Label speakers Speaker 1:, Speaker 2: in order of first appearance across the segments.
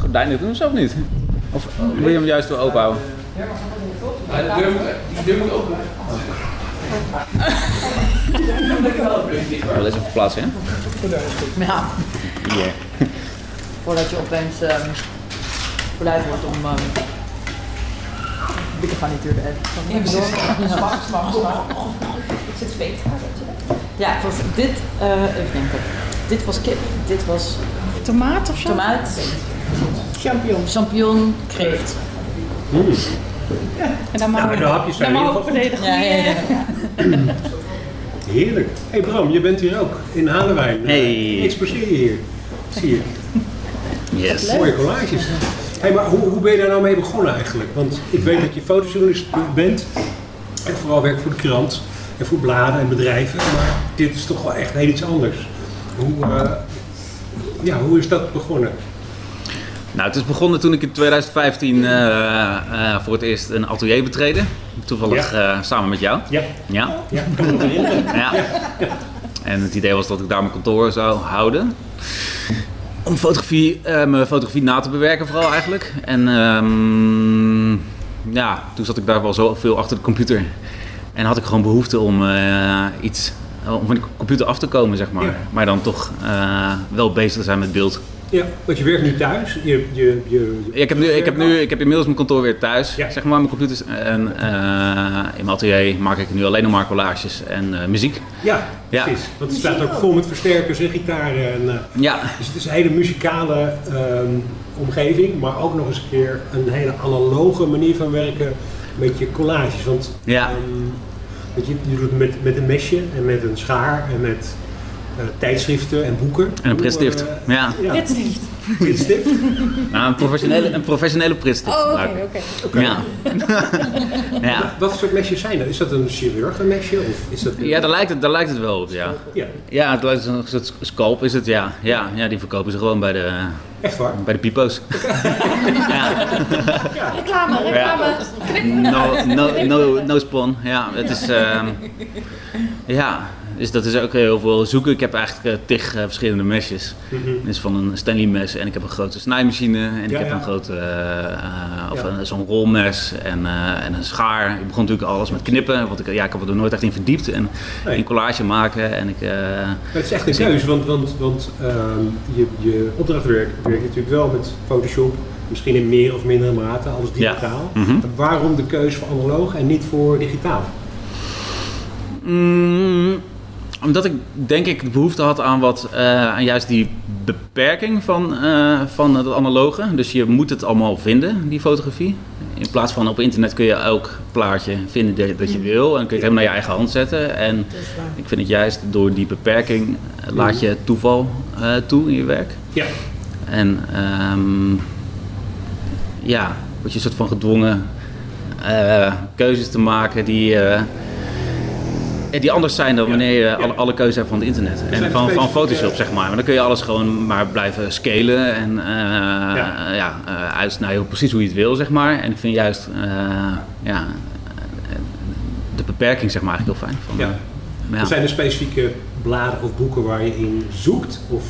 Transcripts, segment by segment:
Speaker 1: gordijnen doen ze of niet? Of wil je hem juist wel openhouden?
Speaker 2: Ja, de deur moet, die deur moet open.
Speaker 1: Wel eens even plaatsen, hè?
Speaker 3: Ja,
Speaker 1: Hier.
Speaker 3: voordat je opeens ehm verleid wordt om ehm dikke garnituur te eten. Ja,
Speaker 4: Smak, smak, smak. Het zit zweet.
Speaker 3: Ja, het was dit, eh even denken. Dit was kip, dit was
Speaker 4: Tomaat of
Speaker 3: tomaat,
Speaker 4: Champignons.
Speaker 3: champignon, kreeft.
Speaker 4: En dan maar
Speaker 5: Nou, de hapjes zijn
Speaker 4: dan maar
Speaker 5: heel
Speaker 4: ook volledig
Speaker 3: Ja, ja, ja.
Speaker 5: Heerlijk. Hé hey Bram, je bent hier ook in Eh, Halenwijn.
Speaker 1: Hey.
Speaker 5: Exposeer je hier. Zie je.
Speaker 1: Yes.
Speaker 5: Mooie collages. Hey, maar hoe, hoe ben je daar nou mee begonnen eigenlijk? Want ik weet dat je fotojournalist bent en vooral werkt voor de krant en voor bladen en bedrijven. Maar dit is toch wel echt heel iets anders. Hoe, eh, ja, hoe is dat begonnen?
Speaker 1: Nou, het is begonnen toen ik in 2015 eh, eh, voor het eerst een atelier betreden. Toevallig eh, samen met jou.
Speaker 5: Ja,
Speaker 1: Ja.
Speaker 5: ja ik kan me nog herinneren.
Speaker 1: ja. En het idee was dat ik daar mijn kantoor zou houden. Om fotografie, eh, mijn fotografie na te bewerken vooral eigenlijk. En ehm, ja, toen zat ik daar wel zo veel achter de computer. En had ik gewoon behoefte om eh, iets, om van die computer af te komen zeg maar.
Speaker 5: Ja.
Speaker 1: Maar dan toch eh, wel bezig te zijn met beeld.
Speaker 5: Ja, want je werkt nu thuis. Je, je, je, je-
Speaker 1: Ik heb, nu, ik, heb nu, ik heb inmiddels mijn kantoor weer thuis,
Speaker 5: Ja.
Speaker 1: zeg maar, mijn computers. En eh, in mijn atelier maak ik nu alleen nog maar collages en eh, muziek.
Speaker 5: Ja,
Speaker 1: Ja.
Speaker 5: precies. Want het staat ook vol met versterkers en gitaren. En, eh,
Speaker 1: Ja,
Speaker 5: Dus het is een hele muzikale ehm, omgeving, maar ook nog eens een keer een hele analoge manier van werken met je collages. Want
Speaker 1: Ja.
Speaker 5: ehm, weet je, je doet het met, met een mesje en met een schaar en met eh, tijdschriften en boeken.
Speaker 1: en een pritstift.
Speaker 5: Hoe, eh,
Speaker 1: Ja,
Speaker 5: ja,
Speaker 4: Ritstift.
Speaker 5: pritstift.
Speaker 1: nou, een professionele, een professionele pritstift.
Speaker 4: Oh,
Speaker 1: gebruik
Speaker 4: oké,
Speaker 1: ik.
Speaker 4: oké.
Speaker 1: Ja. ja.
Speaker 5: Wat soort mesjes zijn dat? Is dat een chirurgenmesje? Of is dat
Speaker 1: Ja, daar lijkt, het, daar lijkt het wel op, ja.
Speaker 5: Ja,
Speaker 1: Ja, het lijkt een soort scalp is het, ja. Ja, ja die verkopen ze gewoon bij de,
Speaker 5: echt waar.
Speaker 1: bij de pipo's.
Speaker 4: Reclame, reclame.
Speaker 1: No, no, no, no spawn. Ja, het is. ehm, ja, dus dat is ook heel veel zoeken. Ik heb eigenlijk eh, tig eh, verschillende mesjes.
Speaker 5: Mhm.
Speaker 1: Dus van een Stanley mes en ik heb een grote snijmachine en ik
Speaker 5: Ja,
Speaker 1: heb
Speaker 5: ja.
Speaker 1: een grote. eh, eh, of
Speaker 5: Ja.
Speaker 1: een- zo'n rolmes en, eh, en een schaar. Ik begon natuurlijk alles met knippen, want ik, ja, ik heb er nooit echt in verdiept. En
Speaker 5: Nee.
Speaker 1: in collage maken en ik. eh,
Speaker 5: Maar het is echt een keuze, want, want, want ehm, je, je opdrachtwerk werkt natuurlijk wel met Photoshop, misschien in meer of mindere mate, alles
Speaker 1: Ja.
Speaker 5: digitaal.
Speaker 1: Mhm.
Speaker 5: Waarom de keuze voor analoog en niet voor digitaal?
Speaker 1: Mm, omdat ik denk ik de behoefte had aan, wat, eh, aan juist die beperking van, eh, van het analoge. Dus je moet het allemaal vinden, die fotografie. In plaats van op internet kun je elk plaatje vinden dat-
Speaker 5: Mm.
Speaker 1: dat je wil. En kun je het helemaal naar je eigen hand zetten. En ik vind het juist door die beperking eh, laat je toeval eh, toe in je werk.
Speaker 5: Ja.
Speaker 1: En ehm, ja, word je een soort van gedwongen eh, keuzes te maken die, eh, eh, die anders zijn dan
Speaker 5: Ja,
Speaker 1: wanneer je
Speaker 5: ja.
Speaker 1: alle, alle keuzes hebt van het internet.
Speaker 5: zijn
Speaker 1: En van, van
Speaker 5: steeds-
Speaker 1: Photoshop,
Speaker 5: eh,
Speaker 1: zeg maar. Maar dan kun je alles gewoon maar blijven scalen en eh,
Speaker 5: Ja.
Speaker 1: ja. eh, uitsnijden op precies hoe je het wil, zeg maar. En ik vind juist eh, ja, eh, de beperking, zeg maar, eigenlijk heel fijn. Van,
Speaker 5: ja.
Speaker 1: eh, ja.
Speaker 5: Zijn er specifieke bladen of boeken waar je in zoekt? Of,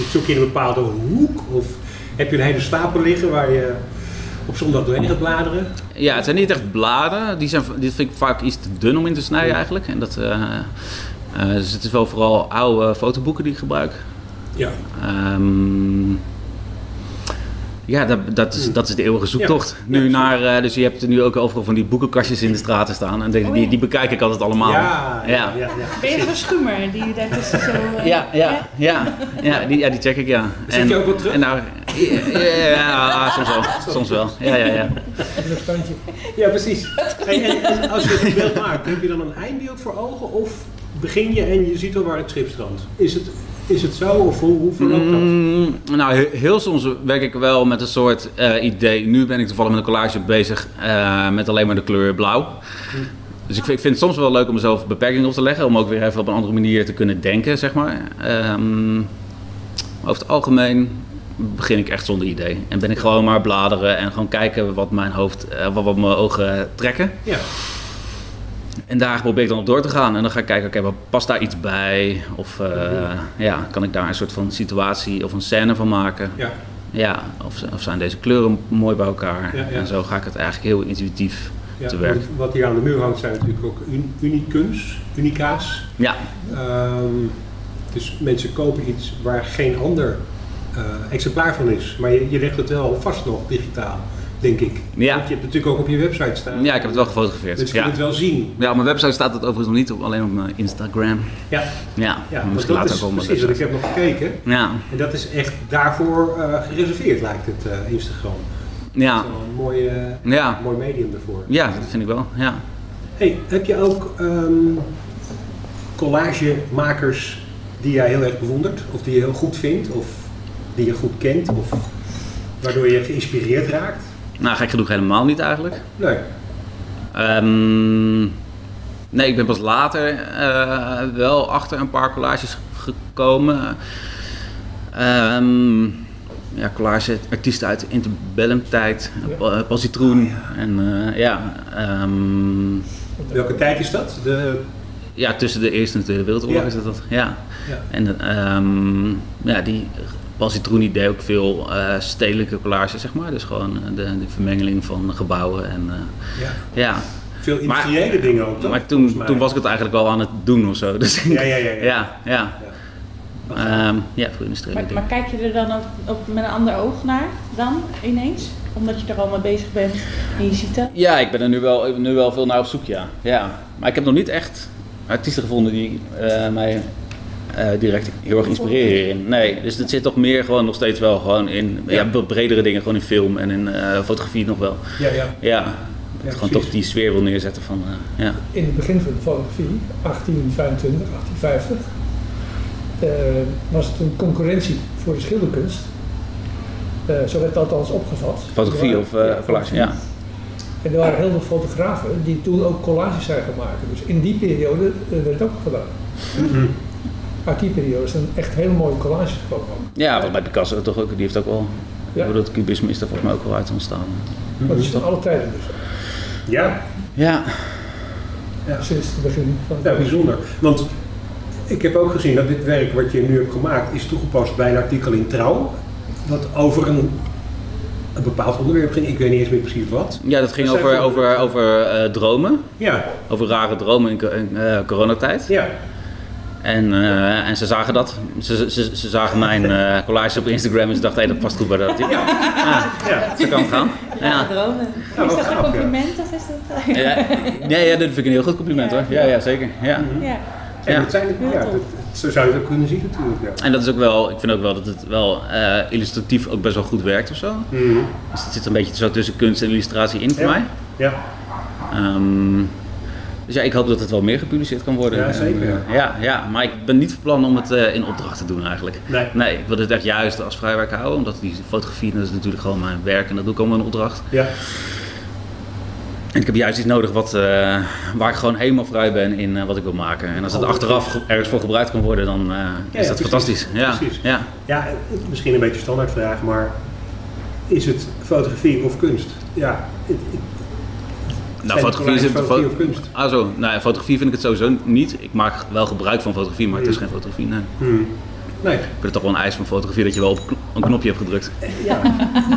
Speaker 5: of zoek je in een bepaalde hoek? Of heb je een hele stapel liggen waar je op zondag doorheen gaat bladeren?
Speaker 1: Ja, het zijn niet echt bladen. Die, zijn, die vind ik vaak iets te dun om in te snijden eigenlijk. En dat, eh, eh, dus het is wel vooral oude fotoboeken die ik gebruik.
Speaker 5: Ja.
Speaker 1: Ehm, ja, dat, dat, is, dat is de eeuwige zoektocht.
Speaker 5: Ja.
Speaker 1: Nu
Speaker 5: Ja,
Speaker 1: naar, eh, dus je hebt nu ook overal van die boekenkastjes in de straten staan. En die, die, die bekijk ik altijd allemaal.
Speaker 5: Ja, ja,
Speaker 1: Ja.
Speaker 5: ja, ja.
Speaker 4: Ben je zo'n schumer die daartussen zo... eh,
Speaker 1: Ja, ja, ja, ja, die, ja, die check ik, ja.
Speaker 5: Zit je ook wel terug?
Speaker 1: En nou, ja, ja, soms wel. Soms wel. Ja, ja, ja.
Speaker 5: Ja, precies. Hey, en, en als je het beeld maakt, heb je dan een eindbeeld voor ogen? Of begin je en je ziet al waar het schip strandt? Is het, is het zo of hoe, hoe verloopt dat?
Speaker 1: Mm, nou, he- heel soms werk ik wel met een soort eh, idee. Nu ben ik toevallig met een collage bezig eh, met alleen maar de kleur blauw.
Speaker 5: Hm.
Speaker 1: Dus ik vind, ik vind het soms wel leuk om mezelf beperkingen op te leggen. Om ook weer even op een andere manier te kunnen denken, zeg maar. Ehm, over het algemeen begin ik echt zonder idee. En ben ik gewoon maar bladeren en gewoon kijken wat mijn hoofd, eh, wat, wat mijn ogen trekken.
Speaker 5: Ja,
Speaker 1: En daar probeer ik dan op door te gaan. En dan ga ik kijken, oké, wat past daar iets
Speaker 5: Mhm.
Speaker 1: bij? Of eh, ja, kan ik daar een soort van situatie of een scène van maken?
Speaker 5: ja.
Speaker 1: Ja, of, of zijn deze kleuren mooi bij elkaar?
Speaker 5: Ja, ja.
Speaker 1: En zo ga ik het eigenlijk heel intuïtief
Speaker 5: Ja,
Speaker 1: te werk.
Speaker 5: want Wat hier aan de muur hangt zijn natuurlijk ook un- unicums, unica's.
Speaker 1: Ja,
Speaker 5: Ehm, dus mensen kopen iets waar geen ander eh, exemplaar van is. Maar je, je legt het wel vast nog digitaal, denk ik.
Speaker 1: Ja.
Speaker 5: Want je hebt het natuurlijk ook op je website staan.
Speaker 1: ja ik heb het wel
Speaker 5: Dus
Speaker 1: gefotografeerd.
Speaker 5: je kunt
Speaker 1: Ja.
Speaker 5: het wel zien.
Speaker 1: ja, op mijn website staat het overigens nog niet, op, alleen op mijn Instagram.
Speaker 5: Ja,
Speaker 1: Ja,
Speaker 5: ja
Speaker 1: maar
Speaker 5: want
Speaker 1: misschien
Speaker 5: dat
Speaker 1: later
Speaker 5: is
Speaker 1: ook wel op mijn
Speaker 5: precies, want ik
Speaker 1: website.
Speaker 5: heb nog gekeken.
Speaker 1: Ja,
Speaker 5: En dat is echt daarvoor eh, gereserveerd, lijkt het, eh, Instagram.
Speaker 1: ja,
Speaker 5: Dat is wel een mooi, eh,
Speaker 1: ja.
Speaker 5: mooi medium daarvoor.
Speaker 1: Ah. Ja, dat vind ik wel. Ja.
Speaker 5: Hey, heb je ook ehm, collagemakers die jij heel erg bewondert? Of die je heel goed vindt? Of die je goed kent? Of waardoor je geïnspireerd raakt?
Speaker 1: Nou, gek genoeg helemaal niet eigenlijk.
Speaker 5: Nee.
Speaker 1: Ehm, nee, ik ben pas later eh, wel achter een paar collages gekomen. Ehm ja, collage artiesten uit de interbellum tijd. Pas Citroen. En eh, ja, ehm,
Speaker 5: Welke tijd is dat? De,
Speaker 1: ja, tussen de Eerste en de Tweede Wereldoorlog
Speaker 5: Ja.
Speaker 1: is dat dat. Ja.
Speaker 5: ja.
Speaker 1: En ehm, ja, die Paul Citroen deed ook veel eh, stedelijke collages, zeg maar. Dus gewoon eh, de, de vermengeling van gebouwen en eh,
Speaker 5: Ja.
Speaker 1: ja.
Speaker 5: Veel
Speaker 1: Maar-
Speaker 5: industriële dingen ook, toch?
Speaker 1: Maar
Speaker 5: Volgens
Speaker 1: toen,
Speaker 5: mij.
Speaker 1: toen was ik het eigenlijk wel aan het doen of zo. Dus
Speaker 5: Ja, ja, ja. ja.
Speaker 1: ja, ja. Ehm, ja, voor industriële
Speaker 4: Maar, maar
Speaker 1: dingen.
Speaker 4: kijk je er dan ook, ook met een ander oog naar dan ineens? Omdat je er al mee bezig bent en je ziet dat.
Speaker 1: Ja, ik ben er nu wel, ik ben nu wel veel naar op zoek, ja. ja. Maar ik heb nog niet echt artiesten gevonden die eh, mij eh, direct heel erg inspireren hierin. Nee, dus het zit toch meer gewoon nog steeds wel gewoon in ja. bredere dingen. Gewoon in film en in eh, fotografie nog wel.
Speaker 5: Ja, ja.
Speaker 1: Ja,
Speaker 5: Ja,
Speaker 1: gewoon
Speaker 5: precies.
Speaker 1: toch die sfeer wil neerzetten van, eh, ja.
Speaker 6: in het begin van de fotografie, 1825, 1850, eh, was het een concurrentie voor de schilderkunst. Eh, zo werd het althans opgevat.
Speaker 1: Fotografie
Speaker 6: Er
Speaker 1: of
Speaker 6: waren-
Speaker 1: eh collage, ja.
Speaker 6: En er waren heel veel fotografen die toen ook collages zijn gaan maken. Dus in die periode eh, werd het ook gedaan.
Speaker 5: Mhm.
Speaker 6: Uit die periode zijn echt hele mooie collages gekomen.
Speaker 1: Ja, volgens mij Picasso toch ook, die heeft ook wel...
Speaker 6: Ja.
Speaker 1: Ik bedoel, het cubisme is daar volgens mij ook wel uit ontstaan.
Speaker 5: Mhm.
Speaker 6: Dat is van alle tijden dus.
Speaker 5: Ja.
Speaker 1: Ja,
Speaker 6: Sinds het begin van de
Speaker 5: Ja, bijzonder. Want ik heb ook gezien dat dit werk wat je nu hebt gemaakt is toegepast bij een artikel in Trouw. Wat over een, een bepaald onderwerp ging. Ik weet niet eens meer precies wat.
Speaker 1: ja dat ging
Speaker 5: Dat zijn
Speaker 1: over,
Speaker 5: veel-
Speaker 1: over, over eh, dromen.
Speaker 5: Ja,
Speaker 1: Over rare dromen in, co- in, eh, coronatijd.
Speaker 5: ja.
Speaker 1: En, eh, en ze zagen dat. Ze, ze, ze zagen mijn eh collage op Instagram en ze dachten, hé, dat past goed bij dat artikel. Ah,
Speaker 5: ja.
Speaker 1: zo kan het gaan.
Speaker 3: Ja,
Speaker 1: Ja.
Speaker 3: dromen.
Speaker 5: Nou,
Speaker 4: is
Speaker 5: wat
Speaker 4: dat een
Speaker 5: grappig. ja.
Speaker 4: compliment of is dat...
Speaker 1: Ja, nee, ja, dat vind ik een heel goed compliment hoor. Ja, ja zeker. Ja.
Speaker 4: Ja.
Speaker 5: En
Speaker 1: Ja.
Speaker 5: dat zijn, ja, dat, zo zou je het ook kunnen zien natuurlijk. Ja.
Speaker 1: En dat is ook wel, ik vind ook wel dat het wel eh, illustratief ook best wel goed werkt of zo.
Speaker 5: Mhm.
Speaker 1: Dus het zit een beetje zo tussen kunst en illustratie in voor
Speaker 5: Ja.
Speaker 1: mij.
Speaker 5: Ja.
Speaker 1: Ehm, dus ja, ik hoop dat het wel meer gepubliceerd kan worden.
Speaker 5: Ja, zeker,
Speaker 1: En,
Speaker 5: ja.
Speaker 1: eh, ja, ja, maar ik ben niet van plan om het eh, in opdracht te doen eigenlijk.
Speaker 5: Nee.
Speaker 1: Nee, ik wil het echt juist als vrijwerk houden, omdat die fotografie dat is natuurlijk gewoon mijn werk en dat doe ik allemaal in opdracht.
Speaker 5: Ja.
Speaker 1: En ik heb juist iets nodig wat, eh, waar ik gewoon helemaal vrij ben in eh, wat ik wil maken. En als het
Speaker 5: Oh,
Speaker 1: achteraf ge- ergens voor gebruikt kan worden, dan eh, is
Speaker 5: ja,
Speaker 1: dat
Speaker 5: precies.
Speaker 1: fantastisch. Ja,
Speaker 5: Precies.
Speaker 1: ja.
Speaker 5: ja, het- misschien een beetje standaardvraag, maar is het fotografie of kunst? Ja. het- het-
Speaker 1: Nou,
Speaker 5: zijn
Speaker 1: fotografie is
Speaker 5: het
Speaker 1: het
Speaker 5: fotografie
Speaker 1: fo-
Speaker 5: of kunst?
Speaker 1: Ah zo, nou ja, fotografie vind ik het sowieso niet. Ik maak wel gebruik van fotografie, maar het is geen fotografie. Nee.
Speaker 5: Hmm. Nee,
Speaker 1: Ik vind het toch wel een eis van fotografie dat je wel op kno- een knopje hebt gedrukt.
Speaker 5: ja,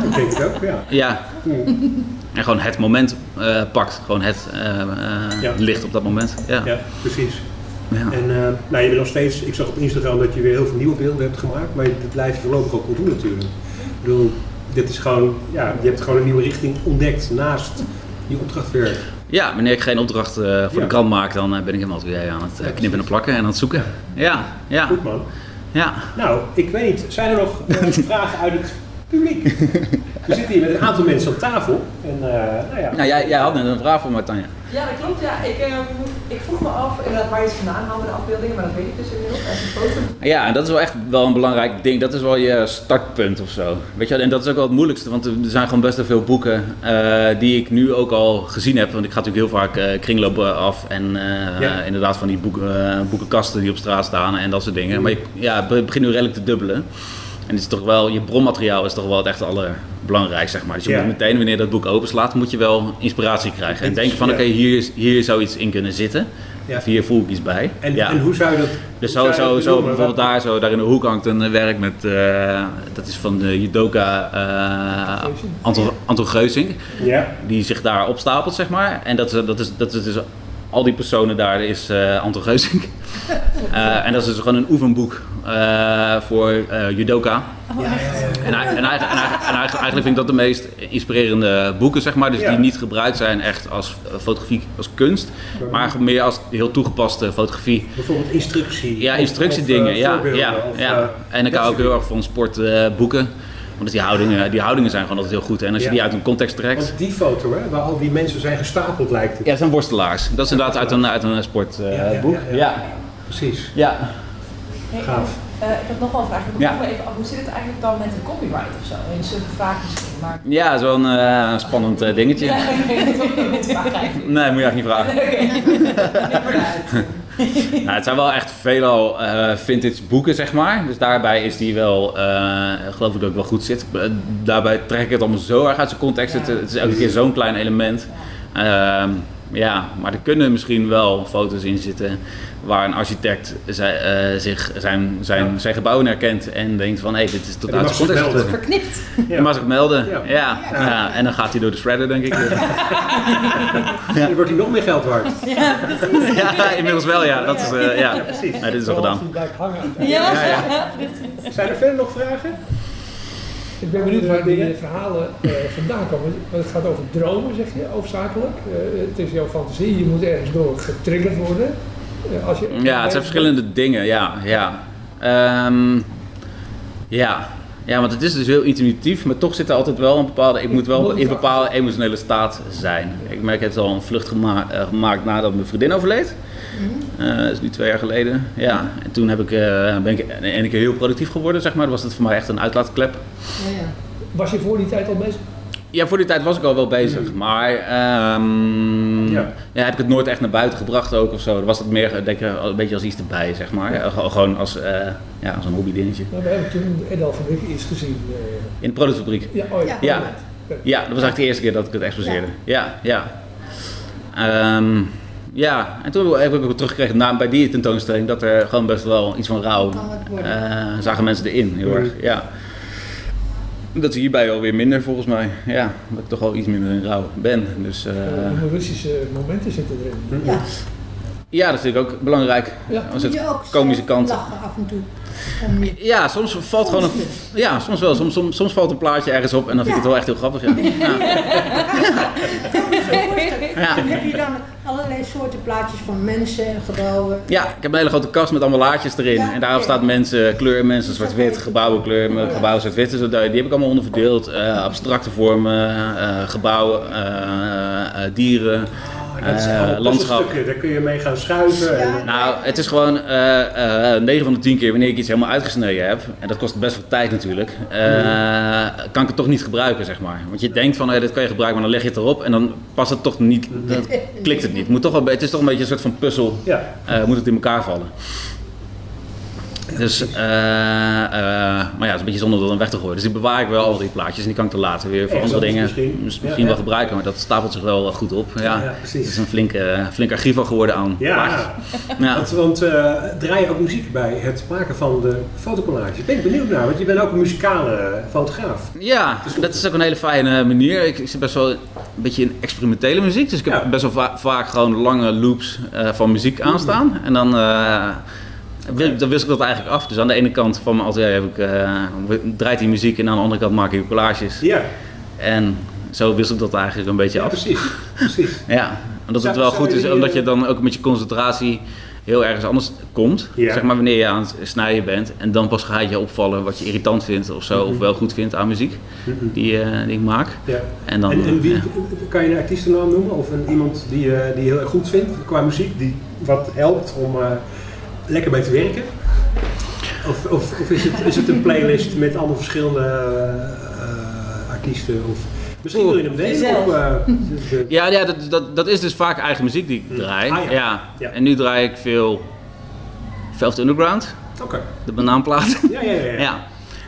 Speaker 5: dat denk ik ook, ja.
Speaker 1: Ja,
Speaker 5: Hmm.
Speaker 1: en gewoon het moment eh, pakt. Gewoon het eh, eh,
Speaker 5: Ja.
Speaker 1: licht op dat moment. Ja.
Speaker 5: Ja, precies.
Speaker 1: Ja.
Speaker 5: En eh, nou, je bent nog steeds, ik zag op Instagram dat je weer heel veel nieuwe beelden hebt gemaakt, maar dat blijf je voorlopig ook wel doen natuurlijk. Ik bedoel, dit is gewoon, ja, je hebt gewoon een nieuwe richting ontdekt naast je opdrachtwerk.
Speaker 1: Ja, wanneer ik geen opdracht eh, voor
Speaker 5: Ja.
Speaker 1: de krant maak, dan eh, ben ik helemaal atelier aan het eh, knippen en plakken en aan het zoeken. Ja, ja,
Speaker 5: Goed man.
Speaker 1: ja.
Speaker 5: Nou, ik weet niet, zijn er nog eh, vragen uit het publiek? We zitten hier met een aantal mensen aan tafel en eh, nou ja.
Speaker 1: Nou, jij, jij had net een vraag voor mij, Tanja.
Speaker 2: Ja, dat klopt. Ja. Ik, eh, ik vroeg me af inderdaad waar je het vandaan haalde, de afbeeldingen, maar dat weet ik dus inmiddels. Als een foto.
Speaker 1: Ja, en dat is wel echt wel een belangrijk ding. Dat is wel je startpunt of zo. Weet je, wel, en dat is ook wel het moeilijkste, want er zijn gewoon best wel veel boeken eh, die ik nu ook al gezien heb. Want ik ga natuurlijk heel vaak eh, kringlopen af en eh,
Speaker 5: Ja.
Speaker 1: inderdaad van die boeken, eh, boekenkasten die op straat staan en dat soort dingen. Maar ik ja, het be- begint nu redelijk te dubbelen. En het is toch wel, je bronmateriaal is toch wel het echt allerbelangrijkste, zeg maar. Dus je
Speaker 5: Ja.
Speaker 1: moet meteen, wanneer dat boek openslaat, moet je wel inspiratie krijgen. En
Speaker 5: Het is-
Speaker 1: denken van,
Speaker 5: ja.
Speaker 1: oké, hier, is- hier zou iets in kunnen zitten.
Speaker 5: Ja.
Speaker 1: Vier voelkies bij.
Speaker 5: En,
Speaker 1: ja.
Speaker 5: en hoe zou je dat...
Speaker 1: dus
Speaker 5: hoe
Speaker 1: zo, zo,
Speaker 5: zou je dat
Speaker 1: zo
Speaker 5: benoemen?
Speaker 1: bijvoorbeeld
Speaker 5: Wat-
Speaker 1: daar, zo, daar in de hoek hangt een eh, werk met, eh, dat is van de judoka eh
Speaker 6: Geusing.
Speaker 1: Anton, Anton Geusing,
Speaker 5: Ja,
Speaker 1: die zich daar opstapelt, zeg maar. En dat, is- dat, is, dat is dus, al die personen daar is eh Anton Geusing. Eh, en dat is dus gewoon een oefenboek eh, voor eh, judoka. En, hij- en, hij- en, hij- en hij- eigenlijk vind ik dat de meest inspirerende boeken, zeg maar. Dus
Speaker 5: Ja.
Speaker 1: die niet gebruikt zijn echt als eh, fotografie, als kunst. Maar meer als heel toegepaste fotografie.
Speaker 5: bijvoorbeeld instructie.
Speaker 1: Ja,
Speaker 5: of- of,
Speaker 1: instructiedingen.
Speaker 5: eh,
Speaker 1: Ja,
Speaker 5: voorbeelden,
Speaker 1: ja,
Speaker 5: of, eh,
Speaker 1: ja. En ik
Speaker 5: dat
Speaker 1: hou ook
Speaker 5: soort
Speaker 1: heel erg van sportboeken. Want die houdingen, die houdingen zijn gewoon altijd heel goed. En als je
Speaker 5: Ja.
Speaker 1: die uit een context
Speaker 5: dingen.
Speaker 1: trekt.
Speaker 5: Want die foto, hè, waar al die mensen zijn gestapeld lijkt het.
Speaker 1: Ja, het zijn worstelaars. Dat is inderdaad uit een, uit een sportboek.
Speaker 5: Ja, ja, ja,
Speaker 1: ja,
Speaker 5: ja. Precies,
Speaker 1: ja.
Speaker 2: Hey,
Speaker 5: gaaf.
Speaker 2: eh, ik heb nog wel een vraag. Ik
Speaker 1: Ja.
Speaker 2: ja. me even af. Hoe zit het eigenlijk dan met een copyright of zo? Een zulke vraag misschien, maar...
Speaker 1: Ja, zo'n eh, spannend eh, dingetje.
Speaker 2: Ja, ik weet het ook niet. Vraag eigenlijk.
Speaker 1: Nee, moet je eigenlijk niet vragen. Nou, het zijn wel echt veelal eh, vintage boeken, zeg maar. Dus daarbij is die wel, eh, geloof ik dat ik wel goed zit. Eh, daarbij trek ik het allemaal zo erg uit zijn context.
Speaker 2: Ja.
Speaker 1: Het, het is elke keer zo'n klein element. Ehm, ja, maar er kunnen misschien wel foto's in zitten waar een architect zij- eh, zich, zijn, zijn, zijn gebouwen herkent en denkt van hé, dit is tot
Speaker 5: En die
Speaker 1: uit
Speaker 5: mag
Speaker 1: zijn
Speaker 5: zich
Speaker 1: context.
Speaker 5: melden.
Speaker 1: getrokken.
Speaker 3: Verknipt.
Speaker 1: Dan mag ik melden.
Speaker 5: Ja.
Speaker 1: Ja. Ja. en dan gaat hij door de shredder, denk ik.
Speaker 5: Dan wordt hij nog meer geld waard.
Speaker 1: ja, inmiddels wel, ja. Dat is, eh, ja.
Speaker 5: Precies.
Speaker 1: Nee, dit is al gedaan.
Speaker 6: Die blijft hangen uiteindelijk.
Speaker 3: Ja,
Speaker 1: Ja, ja.
Speaker 5: Zijn er verder nog vragen?
Speaker 6: Ik ben benieuwd waar die eh, verhalen eh, vandaan komen. Want het gaat over dromen, zeg je, hoofdzakelijk. Eh, het is jouw fantasie, je moet ergens door getriggerd worden. Eh, als je
Speaker 1: Ja, het zijn verschillende dingen, ja. Ja, Ehm, ja. ja want het is dus heel intuïtief, maar toch zit er altijd wel een bepaalde... Ik moet wel in een bepaalde emotionele staat zijn. Ik merk, het al een vlucht gema- eh, gemaakt nadat mijn vriendin overleed. Eh, dat is nu twee jaar geleden. Ja, en toen heb ik, eh, ben ik de ene keer heel productief geworden, zeg maar. Dan was het voor mij echt een uitlaatklep.
Speaker 6: Was je voor die tijd al bezig?
Speaker 1: Ja, voor die tijd was ik al wel bezig, maar ehm,
Speaker 5: Ja.
Speaker 1: Hmm. ja. heb ik het nooit echt naar buiten gebracht ook of zo. Dan was het meer eh, denk ik, een beetje als iets erbij, zeg maar. Ja, ge- gewoon als, eh, ja, als een hobbydingetje.
Speaker 6: Nou, we hebben toen Edel van Wijk eens gezien. eh,
Speaker 1: In de productfabriek.
Speaker 6: ja, oh ja.
Speaker 1: Ja. Ja, dat was eigenlijk de eerste keer dat ik het exposeerde. Ja, ja. Ehm, ja, en toen heb ik ook teruggekregen na, bij die tentoonstelling dat er gewoon best wel iets van rouw
Speaker 7: Oh,
Speaker 3: Kan het worden.
Speaker 1: eh zagen mensen erin, heel erg. Ja. Dat is hierbij alweer minder volgens mij. Ja, dat ik toch al iets minder in rouw ben. Dus, eh,
Speaker 6: Eh, de Russische momenten zitten erin.
Speaker 3: Ja.
Speaker 1: Ja, dat is natuurlijk ook belangrijk.
Speaker 6: Ja.
Speaker 1: Als
Speaker 7: Moet
Speaker 1: het
Speaker 7: je ook
Speaker 1: komische
Speaker 7: zelf
Speaker 1: kant.
Speaker 7: lachen af en toe. Om je-
Speaker 1: Ja, soms valt gewoon een. Ja, soms wel. Soms, soms, soms valt een plaatje ergens op en dan vind ik het wel echt heel grappig. Ja. Ja. Ja.
Speaker 7: Dan heb je dan allerlei soorten plaatjes van mensen en gebouwen.
Speaker 1: Ja, ik heb een hele grote kast met allemaal laadjes erin.
Speaker 7: Ja,
Speaker 1: en daarop
Speaker 7: oké.
Speaker 1: staat mensen, kleur, mensen, zwart-wit, gebouwen, kleur, eh, gebouwen, zwart-wit. en zo. die heb ik allemaal onderverdeeld. Eh, abstracte vormen, eh, gebouwen, eh, eh, dieren,
Speaker 5: Dat zijn
Speaker 1: eh,
Speaker 5: allemaal
Speaker 1: landschap.
Speaker 5: puzzelstukken, Daar kun je mee gaan schuiven. en-
Speaker 1: Nou, het is gewoon eh eh 9 van de 10 keer wanneer ik iets helemaal uitgesneden heb, en dat kost best veel tijd natuurlijk, eh, kan ik het toch niet gebruiken, zeg maar. Want je denkt van, hé, dit kan je gebruiken, maar dan leg je het erop en dan past het toch niet, dan klikt het niet. Moet toch wel, be- het is toch een beetje een soort van puzzel,
Speaker 5: Ja.
Speaker 1: eh, moet het in elkaar vallen. Dus, eh, eh, maar ja, het is een beetje zonde om dat dan weg te gooien. Dus die bewaar ik wel, al die plaatjes, en die kan ik dan later weer voor
Speaker 5: Ergens
Speaker 1: andere dingen
Speaker 5: anders
Speaker 1: misschien,
Speaker 5: misschien. Ja, ja.
Speaker 1: wel gebruiken. Maar dat stapelt zich wel eh, goed op. Ja,
Speaker 5: Ja, precies.
Speaker 1: Het is een flink, eh, flink archief al geworden aan plaatjes.
Speaker 5: Ja,
Speaker 1: Ja.
Speaker 5: want, want eh, draai je ook muziek bij het maken van de fotocollages? Ik ben benieuwd naar, want je bent ook een muzikale fotograaf.
Speaker 1: Ja, dat is ook een hele fijne manier. Ik, ik zit best wel een beetje in experimentele muziek. Dus ik heb
Speaker 5: Ja.
Speaker 1: best wel va- vaak gewoon lange loops eh, van muziek aanstaan. En dan, eh, wil- dan wist ik dat eigenlijk af. Dus aan de ene kant van mijn atelier heb ik, eh, draait die muziek en aan de andere kant maak ik collages.
Speaker 5: Ja,
Speaker 1: En zo wist ik dat eigenlijk een beetje
Speaker 5: ja
Speaker 1: af.
Speaker 5: precies. precies.
Speaker 1: Ja, omdat
Speaker 5: Zou-
Speaker 1: het wel
Speaker 5: zou
Speaker 1: goed is.
Speaker 5: jullie,
Speaker 1: Omdat
Speaker 5: eh,
Speaker 1: je dan ook met je concentratie heel ergens anders komt.
Speaker 5: Ja.
Speaker 1: Zeg maar wanneer je aan het snijden bent. En dan pas gaat je opvallen wat je irritant vindt of zo. Of wel goed vindt aan muziek
Speaker 5: Mhm.
Speaker 1: die, eh, die ik maak.
Speaker 5: Ja.
Speaker 1: En dan. eh,
Speaker 5: en, en wie,
Speaker 1: ja.
Speaker 5: kan je een artiestennaam noemen of een, iemand die, eh, die je heel erg goed vindt qua muziek, die wat helpt om eh, lekker bij te werken? Of, of, of is, het, is het een playlist met allemaal verschillende eh, artiesten? Of, misschien wil je hem weten.
Speaker 3: Jezelf.
Speaker 5: Of, eh, de- de-
Speaker 1: Ja, ja dat, dat, dat is dus vaak eigen muziek die ik draai.
Speaker 5: Ah, ja.
Speaker 1: ja.
Speaker 5: Ja.
Speaker 1: En nu draai ik veel Velvet Underground,
Speaker 5: Oké,
Speaker 1: de banaanplaat.
Speaker 5: ja, ja, ja. ja.
Speaker 1: Ja.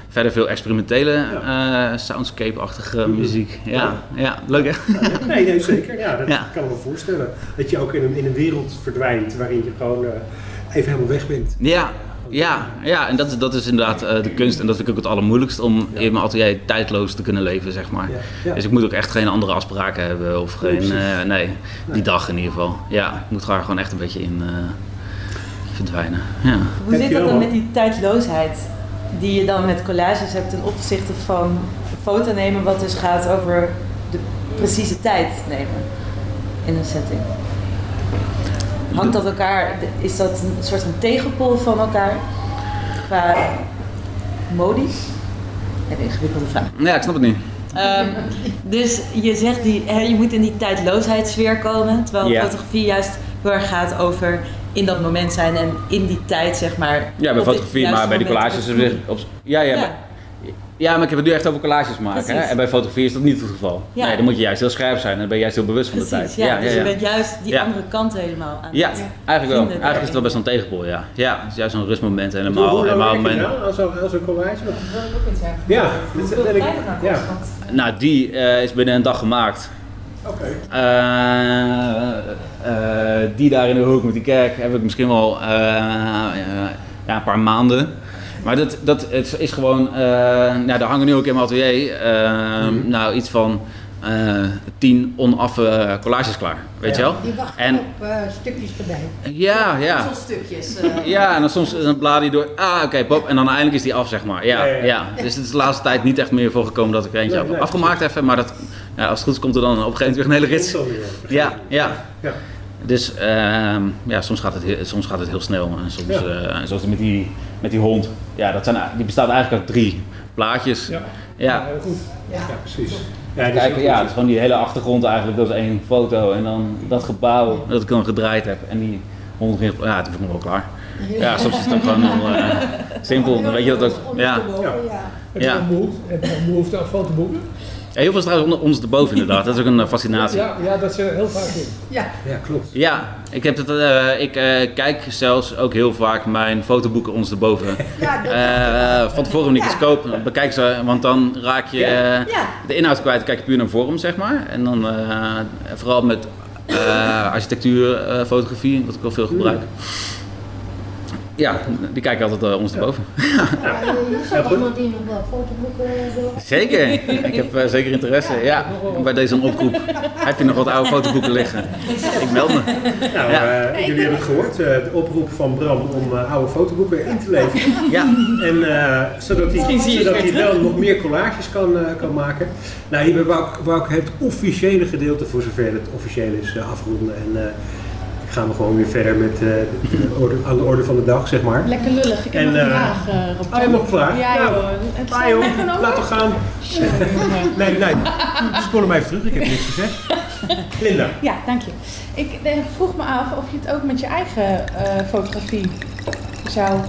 Speaker 1: Verder veel experimentele eh, soundscape-achtige
Speaker 5: Hmm.
Speaker 1: muziek. Ja, ja, leuk hè?
Speaker 5: Nee, nee, zeker. Ja, dat
Speaker 1: Ja.
Speaker 5: kan ik me voorstellen. Dat je ook in een, in een wereld verdwijnt waarin je gewoon eh, even helemaal weg bent.
Speaker 1: Ja, ja, ja. en dat, is- dat is inderdaad eh, de kunst. En dat vind ik ook het allermoeilijkste om
Speaker 5: Ja.
Speaker 1: in mijn atelier tijdloos te kunnen leven, zeg maar.
Speaker 5: Ja, ja.
Speaker 1: Dus ik moet ook echt geen andere afspraken hebben of
Speaker 5: Nee,
Speaker 1: geen...
Speaker 5: precies.
Speaker 1: eh, nee,
Speaker 5: Nee.
Speaker 1: die dag in ieder geval. Ja, ik moet daar gewoon echt een beetje in eh, verdwijnen. Ja.
Speaker 3: Hoe
Speaker 5: Heb
Speaker 3: zit
Speaker 5: je
Speaker 3: dat
Speaker 5: wel,
Speaker 3: dan
Speaker 5: hoor.
Speaker 3: met die tijdloosheid die je dan met collages hebt ten opzichte van foto nemen, wat dus gaat over de precieze tijd nemen in een setting? Hangt dat elkaar, is dat een soort van tegenpol van elkaar qua modi? Een ingewikkelde vraag.
Speaker 1: ja, ik snap het niet.
Speaker 3: Ehm, dus je zegt, die, hè, je moet in die tijdloosheidssfeer komen. Terwijl
Speaker 1: Ja.
Speaker 3: fotografie juist heel erg gaat over in dat moment zijn en in die tijd, zeg maar.
Speaker 1: Ja, bij
Speaker 3: op dit
Speaker 1: fotografie,
Speaker 3: juiste
Speaker 1: maar bij die
Speaker 3: moment
Speaker 1: collages...
Speaker 3: het doen.
Speaker 1: Op, ja, ja,
Speaker 3: Ja.
Speaker 1: ja, maar ik heb het nu echt over collages maken. Hè?
Speaker 3: Precies.
Speaker 1: En bij fotografie is dat niet het geval.
Speaker 3: Ja.
Speaker 1: Nee, dan moet je juist heel scherp zijn. en Dan ben je juist heel bewust van de
Speaker 3: Precies,
Speaker 1: tijd.
Speaker 3: ja, dus je bent juist die
Speaker 1: Ja.
Speaker 3: andere kant helemaal aan
Speaker 1: Ja,
Speaker 3: het-
Speaker 1: eigenlijk wel.
Speaker 3: Vinden
Speaker 1: Eigenlijk is het wel
Speaker 3: daarin.
Speaker 1: best wel een tegenpool, ja. Ja, het is juist zo'n rustmoment en
Speaker 5: Hoe-
Speaker 1: helemaal...
Speaker 5: hoe lang
Speaker 1: helemaal
Speaker 5: werk je
Speaker 1: moment-
Speaker 5: nou aan zo'n- aan zo'n collage? Wat-
Speaker 2: Dat wil ik ook niet zeggen.
Speaker 5: Ja, dat
Speaker 2: Hoeveel
Speaker 5: ben
Speaker 2: tijd
Speaker 5: ik.
Speaker 2: het nou kost,
Speaker 5: Ja,
Speaker 2: want
Speaker 1: nou, die eh, is binnen een dag gemaakt.
Speaker 5: oké.
Speaker 1: Eh, eh, die daar in de hoek met die kerk heb ik misschien wel eh, eh, ja, een paar maanden. Maar dat, dat het is gewoon, eh, nou, daar hangen nu ook in mijn atelier, eh,
Speaker 5: Mhm.
Speaker 1: nou iets van eh, tien onaffe collages klaar, weet je wel?
Speaker 7: Die wachten
Speaker 1: En-
Speaker 7: op eh, stukjes gordijn.
Speaker 1: Ja, ja.
Speaker 3: Puzzelstukjes, eh.
Speaker 1: Ja, en dan soms dan blaad hij door. Ah, oké, pop. En dan eindelijk is die af, zeg maar. Ja,
Speaker 5: Ja,
Speaker 1: ja,
Speaker 5: ja.
Speaker 1: Dus het is de laatste tijd niet echt meer voorgekomen dat ik er eentje
Speaker 5: Nee,
Speaker 1: heb
Speaker 5: nee,
Speaker 1: afgemaakt even. Maar dat, ja, als het goed is, komt er dan op een gegeven moment weer een hele
Speaker 5: Dit is
Speaker 1: rits.
Speaker 5: alweer.
Speaker 1: Ja, ja.
Speaker 5: Ja.
Speaker 1: Dus ehm, ja, soms gaat, het heel, soms gaat het heel snel. En soms,
Speaker 5: Ja.
Speaker 1: eh, en zoals met die, met die hond. Ja, dat zijn, die bestaat eigenlijk uit drie plaatjes. Ja.
Speaker 6: Ja, heel goed.
Speaker 5: Ja, precies. Ja, dat is
Speaker 1: Kijk,
Speaker 5: heel
Speaker 1: ja,
Speaker 5: goed.
Speaker 1: het is gewoon die hele achtergrond eigenlijk. Dat is één foto. En dan dat gebouw dat ik dan gedraaid heb. En die hond ging... Ja, toen vond ik wel klaar. Ja, soms is het dan gewoon heel eh, simpel. Dan weet je dat ook. Ja.
Speaker 7: Ondersteboven, ja.
Speaker 6: Heb je
Speaker 1: Ja.
Speaker 6: nog behoefte, heb je nog behoefte aan fotoboeken?
Speaker 1: Ja, heel veel is trouwens onder, ons erboven inderdaad. Dat is ook een eh, fascinatie. Ja,
Speaker 6: Ja, ja, dat zit er heel vaak in.
Speaker 7: Ja,
Speaker 5: Ja, klopt.
Speaker 1: ik, heb het, eh, ik eh, kijk zelfs ook heel vaak mijn fotoboeken ons erboven.
Speaker 7: ja, dat-
Speaker 1: Eh van tevoren niet eens
Speaker 7: Ja.
Speaker 1: kopen, bekijk ze, want dan raak je eh,
Speaker 7: ja.
Speaker 1: de inhoud kwijt. Dan kijk je puur naar vorm, zeg maar. En dan eh, vooral met eh, architectuur, eh, fotografie, wat ik wel veel gebruik. Ja, die kijk ik altijd eh, ons erboven.
Speaker 7: Maar er is
Speaker 5: Ja,
Speaker 7: ook
Speaker 5: goed.
Speaker 7: iemand die nog wel fotoboeken wil.
Speaker 1: Zeker, ik heb eh, zeker interesse. Ja, bij deze een oproep. Heb je nog wat oude fotoboeken liggen? Ik meld me.
Speaker 5: Nou,
Speaker 1: Ja.
Speaker 5: eh, jullie hebben het gehoord, eh, de oproep van Bram om eh, oude fotoboeken in te leveren.
Speaker 1: Ja.
Speaker 5: En, eh, zodat hij,
Speaker 3: zie je
Speaker 5: zodat
Speaker 3: het
Speaker 5: hij
Speaker 3: weer
Speaker 5: wel nog meer collages kan, eh, kan maken. Nou, hierbij wou ik, wou ik het officiële gedeelte, voor zover het officieel is, eh, afronden. En eh, gaan we gewoon weer verder met eh, de orde, aan de orde van de dag, zeg maar.
Speaker 4: Lekker lullig. Ik heb
Speaker 5: En,
Speaker 4: nog een
Speaker 5: eh,
Speaker 4: vraag, eh, Rob.
Speaker 5: Ah, je hebt nog een vraag?
Speaker 4: Oh. Ja,
Speaker 5: Nou,
Speaker 4: joh. Het
Speaker 5: Ah,
Speaker 4: staat
Speaker 5: joh,
Speaker 4: lekker over.
Speaker 5: laat toch gaan. Nee, nee. Spoel hem even terug, ik heb niks gezegd. Linda.
Speaker 4: Ja, dank je. Ik eh, vroeg me af of je het ook met je eigen eh, fotografie zou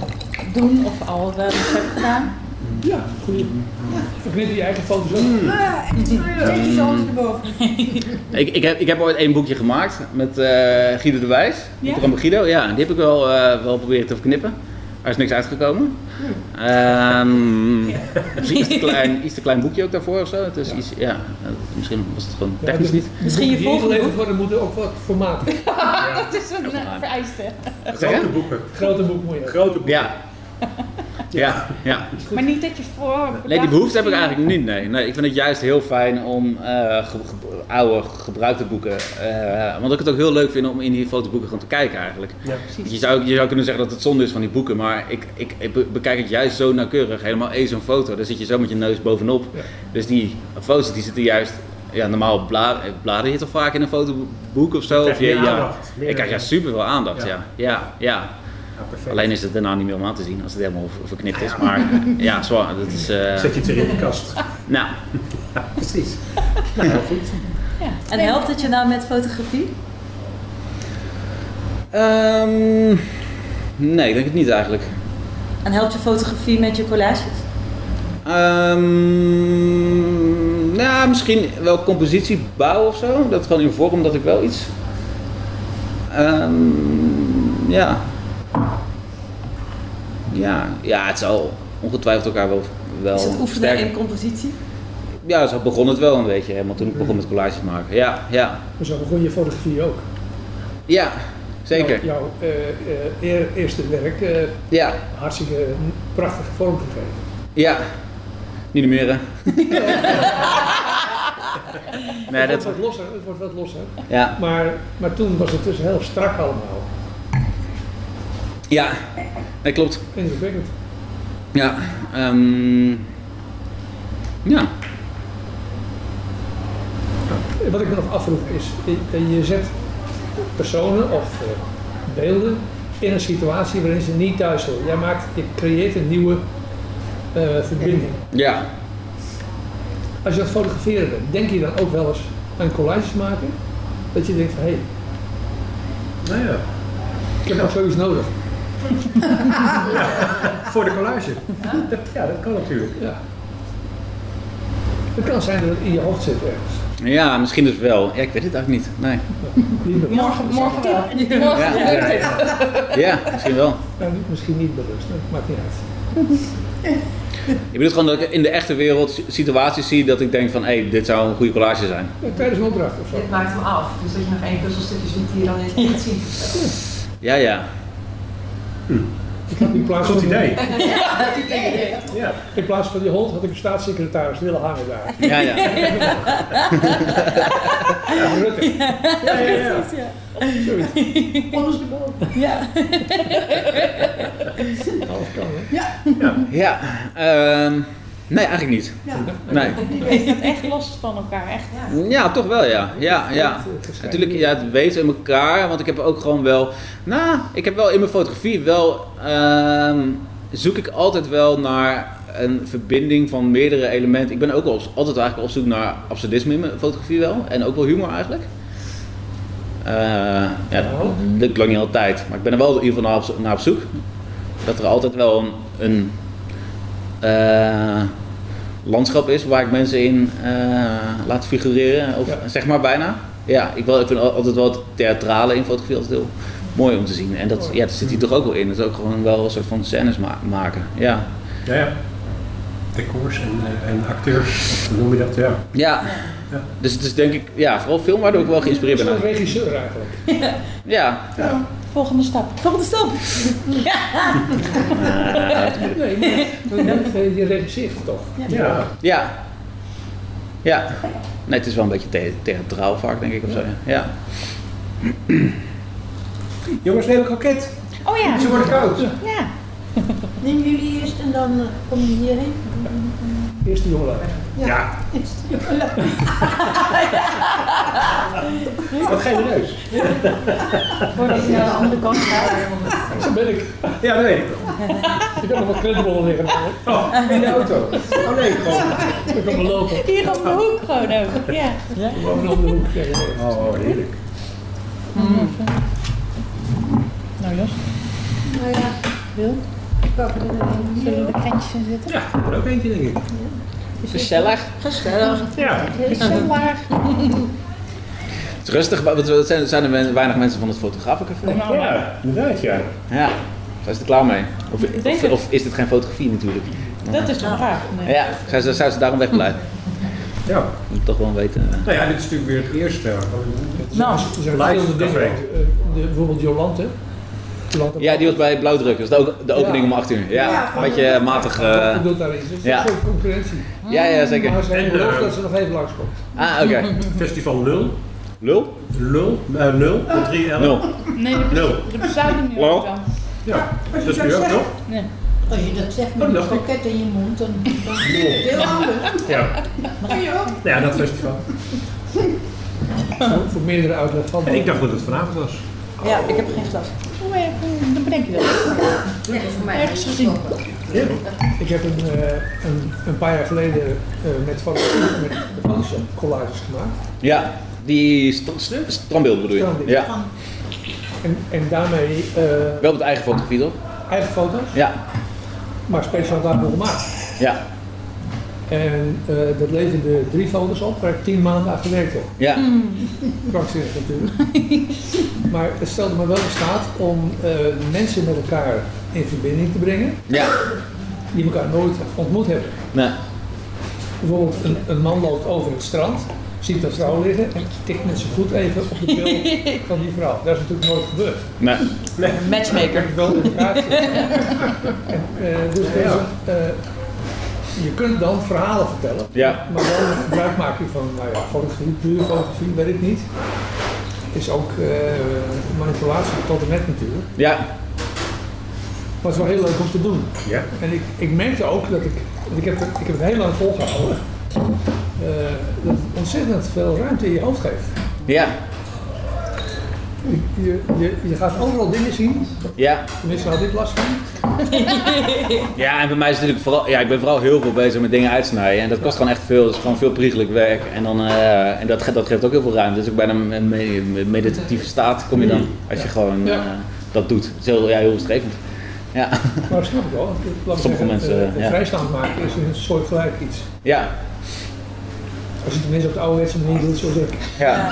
Speaker 4: doen of al wel eens hebt gedaan.
Speaker 6: Ja, goeie. Verknip je eigen foto's ook.
Speaker 5: Hm.
Speaker 7: Ah, en zet je ze ondersteboven.
Speaker 1: Ik, ik, heb, ik heb ooit één boekje gemaakt met eh, Guido de Wijs.
Speaker 4: Ja?
Speaker 1: Ja? Guido, ja. Die heb ik wel, eh, wel proberen te verknippen. Er is niks uitgekomen. Ehm, het is iets te, klein, iets te klein boekje ook daarvoor of zo. Het is iets, ja, eh, misschien was het gewoon
Speaker 6: Ja,
Speaker 1: technisch
Speaker 6: de-
Speaker 1: niet.
Speaker 6: de
Speaker 3: Misschien je
Speaker 6: boeken die
Speaker 3: volgende
Speaker 6: ingeleverd
Speaker 3: boek.
Speaker 6: worden moeten ook wat formaat.
Speaker 4: Dat is een eh, vereiste.
Speaker 1: zeg je?
Speaker 5: Grote boeken.
Speaker 6: Grote boek moet je ook.
Speaker 5: Grote boeken.
Speaker 1: Ja. Ja, ja.
Speaker 4: Maar niet dat je voor.
Speaker 1: Nee, die behoefte heb ik eigenlijk niet. Nee. Nee, ik vind het juist heel fijn om eh, ge- ge- oude, gebruikte boeken. eh, want ik het ook heel leuk vind om in die fotoboeken gewoon te kijken eigenlijk.
Speaker 5: Ja.
Speaker 1: Je zou, je zou kunnen zeggen dat het zonde is van die boeken, maar ik, ik, ik be- bekijk het juist zo nauwkeurig. Helemaal eens zo'n foto, daar zit je zo met je neus bovenop.
Speaker 6: Ja.
Speaker 1: Dus die foto's die zitten juist, ja, normaal bla, eh, blader je toch vaak in een fotoboek of zo?
Speaker 5: krijg
Speaker 1: Of je,
Speaker 5: meer
Speaker 1: ja,
Speaker 5: aandacht, meer-
Speaker 1: ik krijg ja super veel aandacht,
Speaker 5: Ja.
Speaker 1: ja. Ja, ja,
Speaker 5: Ja, perfect.
Speaker 1: Alleen is het daarna niet meer om aan te zien als het helemaal ver- verknipt is. Maar ja, zwaar, dat is. eh,
Speaker 5: Zet je het er in de kast.
Speaker 1: nou,
Speaker 5: Precies. Nou, heel goed.
Speaker 3: En helpt het je nou met fotografie?
Speaker 1: ehm, nee, ik denk het niet eigenlijk.
Speaker 3: En helpt je fotografie met je collages?
Speaker 1: Ehm nou, misschien wel compositiebouw of zo. Dat gewoon in vorm dat ik wel iets. Ehm, ja. ja. Ja, het zal ongetwijfeld elkaar wel wel
Speaker 3: Is het oefenen
Speaker 1: sterk-
Speaker 3: in compositie?
Speaker 1: Ja, zo begon het wel een beetje, helemaal toen ik begon met collages maken. Ja, ja,
Speaker 6: Maar zo begon je fotografie ook.
Speaker 1: ja, zeker.
Speaker 6: Jouw, jouw, eh, eh, eer- eerste werk, eh,
Speaker 1: Ja,
Speaker 6: hartstikke prachtig vormgegeven.
Speaker 1: ja. Niet de muren. nee, dat...
Speaker 6: het, wordt wat losser, het wordt wat losser.
Speaker 1: Ja,
Speaker 6: Maar, maar toen was het dus heel strak allemaal.
Speaker 1: ja. Dat klopt.
Speaker 6: Indrukwekkend.
Speaker 1: Ja, ehm ja.
Speaker 6: Wat ik me nog afvroeg is, je, eh, je zet personen of eh, beelden in een situatie waarin ze niet thuis horen. Jij maakt, je creëert een nieuwe eh, verbinding.
Speaker 1: Ja.
Speaker 6: Als je aan het fotograferen bent, denk je dan ook wel eens aan collages maken? Dat je denkt van, hé, hey,
Speaker 5: Nou ja,
Speaker 6: ik heb nog zoiets nodig.
Speaker 5: voor de collage. Dat, ja, dat kan natuurlijk.
Speaker 6: Ja. Het kan zijn dat het in je hoofd zit ergens.
Speaker 1: Ja, misschien dus wel. Ja, ik weet het eigenlijk niet. Nee.
Speaker 6: Niet bewust.
Speaker 4: Morgen, morgen wel.
Speaker 1: Ja, ja misschien wel.
Speaker 6: Nou, niet- misschien niet bewust, dat maakt niet uit.
Speaker 1: Ik bedoel gewoon dat ik in de echte wereld situaties zie dat ik denk van, hé, dit zou een goede collage zijn.
Speaker 6: Ja, tijdens een opdracht of zo.
Speaker 2: Dit maakt hem af. Dus dat je nog één puzzelstukje ziet die je dan niet ziet.
Speaker 1: Ja, ja.
Speaker 6: Ik had in plaats
Speaker 5: Goed
Speaker 6: van,
Speaker 5: idee.
Speaker 4: Nee,
Speaker 5: Ja.
Speaker 6: in plaats van die hond had ik een staatssecretaris willen hangen daar.
Speaker 1: Ja, ja.
Speaker 6: Ja, Rutte.
Speaker 5: Ja, ja, ja.
Speaker 4: precies, ja.
Speaker 6: Zoiets.
Speaker 4: Ja.
Speaker 1: Alles kan, hè?
Speaker 5: Ja.
Speaker 1: Ja, ehm, nee, eigenlijk niet.
Speaker 7: Ja.
Speaker 1: Nee.
Speaker 4: Echt los van elkaar, echt.
Speaker 1: Ja, toch wel, ja. Ja, ja. Natuurlijk, ja, het weten in elkaar, want ik heb ook gewoon wel... Nou, ik heb wel in mijn fotografie wel... ehm, zoek ik altijd wel naar een verbinding van meerdere elementen. Ik ben ook al- altijd eigenlijk op zoek naar absurdisme in mijn fotografie wel. En ook wel humor eigenlijk. Eh, ja, dat lukt lang niet altijd. Maar ik ben er wel in ieder geval naar op, zo- naar op zoek. Dat er altijd wel een... een eh, landschap is waar ik mensen in eh, laat figureren. Of
Speaker 6: Ja.
Speaker 1: zeg maar bijna. Ja, ik, wel, ik vind al- altijd wel het theatrale in fotografie altijd heel mooi om te zien. En dat, ja, dat zit hier toch ook wel in. Dat is ook gewoon wel een soort van scènes ma- maken. Ja.
Speaker 5: Ja, ja. Decors en, eh, en acteurs, hoe noem je dat? Ja.
Speaker 1: Ja.
Speaker 5: Ja.
Speaker 1: Dus het is denk ik, ja, vooral film waardoor ik wel geïnspireerd ben.
Speaker 6: Zo'n
Speaker 1: eigenlijk.
Speaker 6: regisseur eigenlijk.
Speaker 1: Ja.
Speaker 4: Volgende stap.
Speaker 3: Volgende stap.
Speaker 6: Nee, maar eh, je regisseert toch?
Speaker 5: ja.
Speaker 1: Ja. Ja. Nee, het is wel een beetje the- theatraal vaak, denk ik. Of zo. ja. Ja.
Speaker 5: Jongens, neem een kroket.
Speaker 4: Oh ja,
Speaker 5: Ze worden koud.
Speaker 4: ja.
Speaker 7: Neem jullie eerst en dan eh, kom je hierheen.
Speaker 6: Eerst de jongelui.
Speaker 5: Ja. Wat genereus.
Speaker 3: Voordat je naar de andere kant gaat.
Speaker 6: Zo Dus ben ik.
Speaker 5: Ja, dat weet ik wel.
Speaker 6: Ik heb nog wat krentenbollen liggen.
Speaker 5: Oh, in de auto. Oh nee, gewoon.
Speaker 6: Ik kan me lopen.
Speaker 4: Hier op de hoek gewoon ook. Ja.
Speaker 6: Gewoon om de hoek. Ja, ja, ja.
Speaker 5: Oh, heerlijk.
Speaker 4: Nou Jos,
Speaker 7: Nou ja,
Speaker 4: Wil,
Speaker 7: ik pak er een
Speaker 4: zullen
Speaker 7: hier.
Speaker 4: er krentjes in zitten?
Speaker 5: Ja, er ook eentje, denk ik.
Speaker 1: Gezellig.
Speaker 3: Gezellig.
Speaker 5: Ja.
Speaker 4: Heel gezellig.
Speaker 1: Het is rustig, maar het zijn, zijn er men- weinig mensen van het fotografencafé.
Speaker 5: Ja, inderdaad, ja.
Speaker 1: Ja, zijn ze er klaar mee? Of,
Speaker 4: denk
Speaker 1: of,
Speaker 4: het.
Speaker 1: of is dit geen fotografie natuurlijk?
Speaker 4: Dat is toch vraag. Nee.
Speaker 1: Ja, zou ze, zou ze daarom wegblijven?
Speaker 5: Ja.
Speaker 1: Moet ik toch wel weten. eh.
Speaker 5: Nou ja, dit is natuurlijk weer het eerste.
Speaker 6: Nou, er zijn verschillende
Speaker 5: live
Speaker 6: dingen. Eh, de- Bijvoorbeeld Jolante. Jolante
Speaker 1: Ja, die was bij Blauwdruk, dat is de, o- de opening om 8 uur. Ja, een beetje matig. eh.
Speaker 6: Wat bedoelt daarin? Dus
Speaker 1: ja.
Speaker 6: ja. een soort concurrentie.
Speaker 1: Ja, ja,
Speaker 6: Maar
Speaker 1: zeker.
Speaker 6: ze heeft
Speaker 5: En, eh,
Speaker 6: beloofd dat ze nog even langskomt.
Speaker 1: Ah, oké.
Speaker 5: Festival 0.
Speaker 1: Lul?
Speaker 5: 0. 0. Met 3 L.
Speaker 1: Nul.
Speaker 4: Nee, dat
Speaker 5: Nul.
Speaker 4: bes- dat besluit ik nu
Speaker 1: Hallo?
Speaker 4: ook dan.
Speaker 5: Ja, dat is nu ook nog.
Speaker 7: Als je dat zegt met
Speaker 5: Oh, dat
Speaker 7: een
Speaker 5: dacht ik.
Speaker 7: kroket in je mond, dan dan is het heel anders.
Speaker 5: Ja. Nou Ja, dat festival.
Speaker 6: Voor- Voor meerdere uitleg van.
Speaker 5: En ik dacht dat het vanavond was.
Speaker 3: Ja, ik heb geen glas.
Speaker 4: Oh, ja, Dan bedenk je dat. Ergens gezien.
Speaker 5: Ja.
Speaker 6: Ik heb een, eh, een, een paar jaar geleden eh, met fotografie, met de Photoshop collages gemaakt.
Speaker 1: Ja, die st st- strandbeelden bedoel je?
Speaker 6: Strandbeelden.
Speaker 1: Ja.
Speaker 6: En, en daarmee eh,
Speaker 1: Wel met eigen fotografie toch?
Speaker 6: eigen foto's,
Speaker 1: Ja.
Speaker 6: maar speciaal daarvoor gemaakt.
Speaker 1: Ja.
Speaker 6: En eh, dat leverde drie foto's op waar ik tien maanden aan gewerkt heb.
Speaker 1: Ja.
Speaker 6: Krankzinnig natuurlijk. maar het stelde me wel in staat om eh, mensen met elkaar in verbinding te brengen.
Speaker 1: Ja.
Speaker 6: die elkaar nooit ontmoet hebben.
Speaker 1: Nee.
Speaker 6: Bijvoorbeeld een, een man loopt over het strand, ziet een vrouw liggen en tikt met zijn voet even op de pil van die vrouw. Dat is natuurlijk nooit gebeurd.
Speaker 1: Nee.
Speaker 3: Matchmaker.
Speaker 6: Het wel in elkaar zit. En, eh, dus deze, eh, je kunt dan verhalen vertellen,
Speaker 1: Ja.
Speaker 6: maar dan gebruik maak je van nou ja, fotografie, puur fotografie, weet ik niet. Het is ook eh, manipulatie tot en met natuurlijk.
Speaker 1: Ja.
Speaker 6: Maar het is wel heel leuk om te doen.
Speaker 5: Ja.
Speaker 6: En ik, ik merkte ook dat ik, want ik heb, het- ik heb het heel lang volgehouden, eh, dat het ontzettend veel ruimte in je hoofd geeft.
Speaker 1: Ja.
Speaker 6: Je, je, je, je gaat overal dingen zien,
Speaker 1: Ja.
Speaker 6: tenminste had ik last van.
Speaker 1: Ja, en bij mij is het natuurlijk vooral, ja, ik ben vooral heel veel bezig met dingen uitsnijden. En dat kost gewoon echt veel. Dat is gewoon veel priegelijk werk. En, dan, eh, en dat, ge- dat geeft ook heel veel ruimte. Dus ook bijna een me- een meditatieve staat kom je dan als je gewoon
Speaker 6: Mm. Ja.
Speaker 1: eh, dat doet. Het is heel, ja, heel bestrevend. Ja.
Speaker 6: Maar dat snap ik wel. want ik- laat ik
Speaker 1: Sommige mensen,
Speaker 6: eh,
Speaker 1: ja.
Speaker 6: Vrijstaand maken is een soort gelijk iets.
Speaker 1: Ja.
Speaker 6: Als je het tenminste op de ouderwetse manier doet, zoals ik.
Speaker 1: Ja.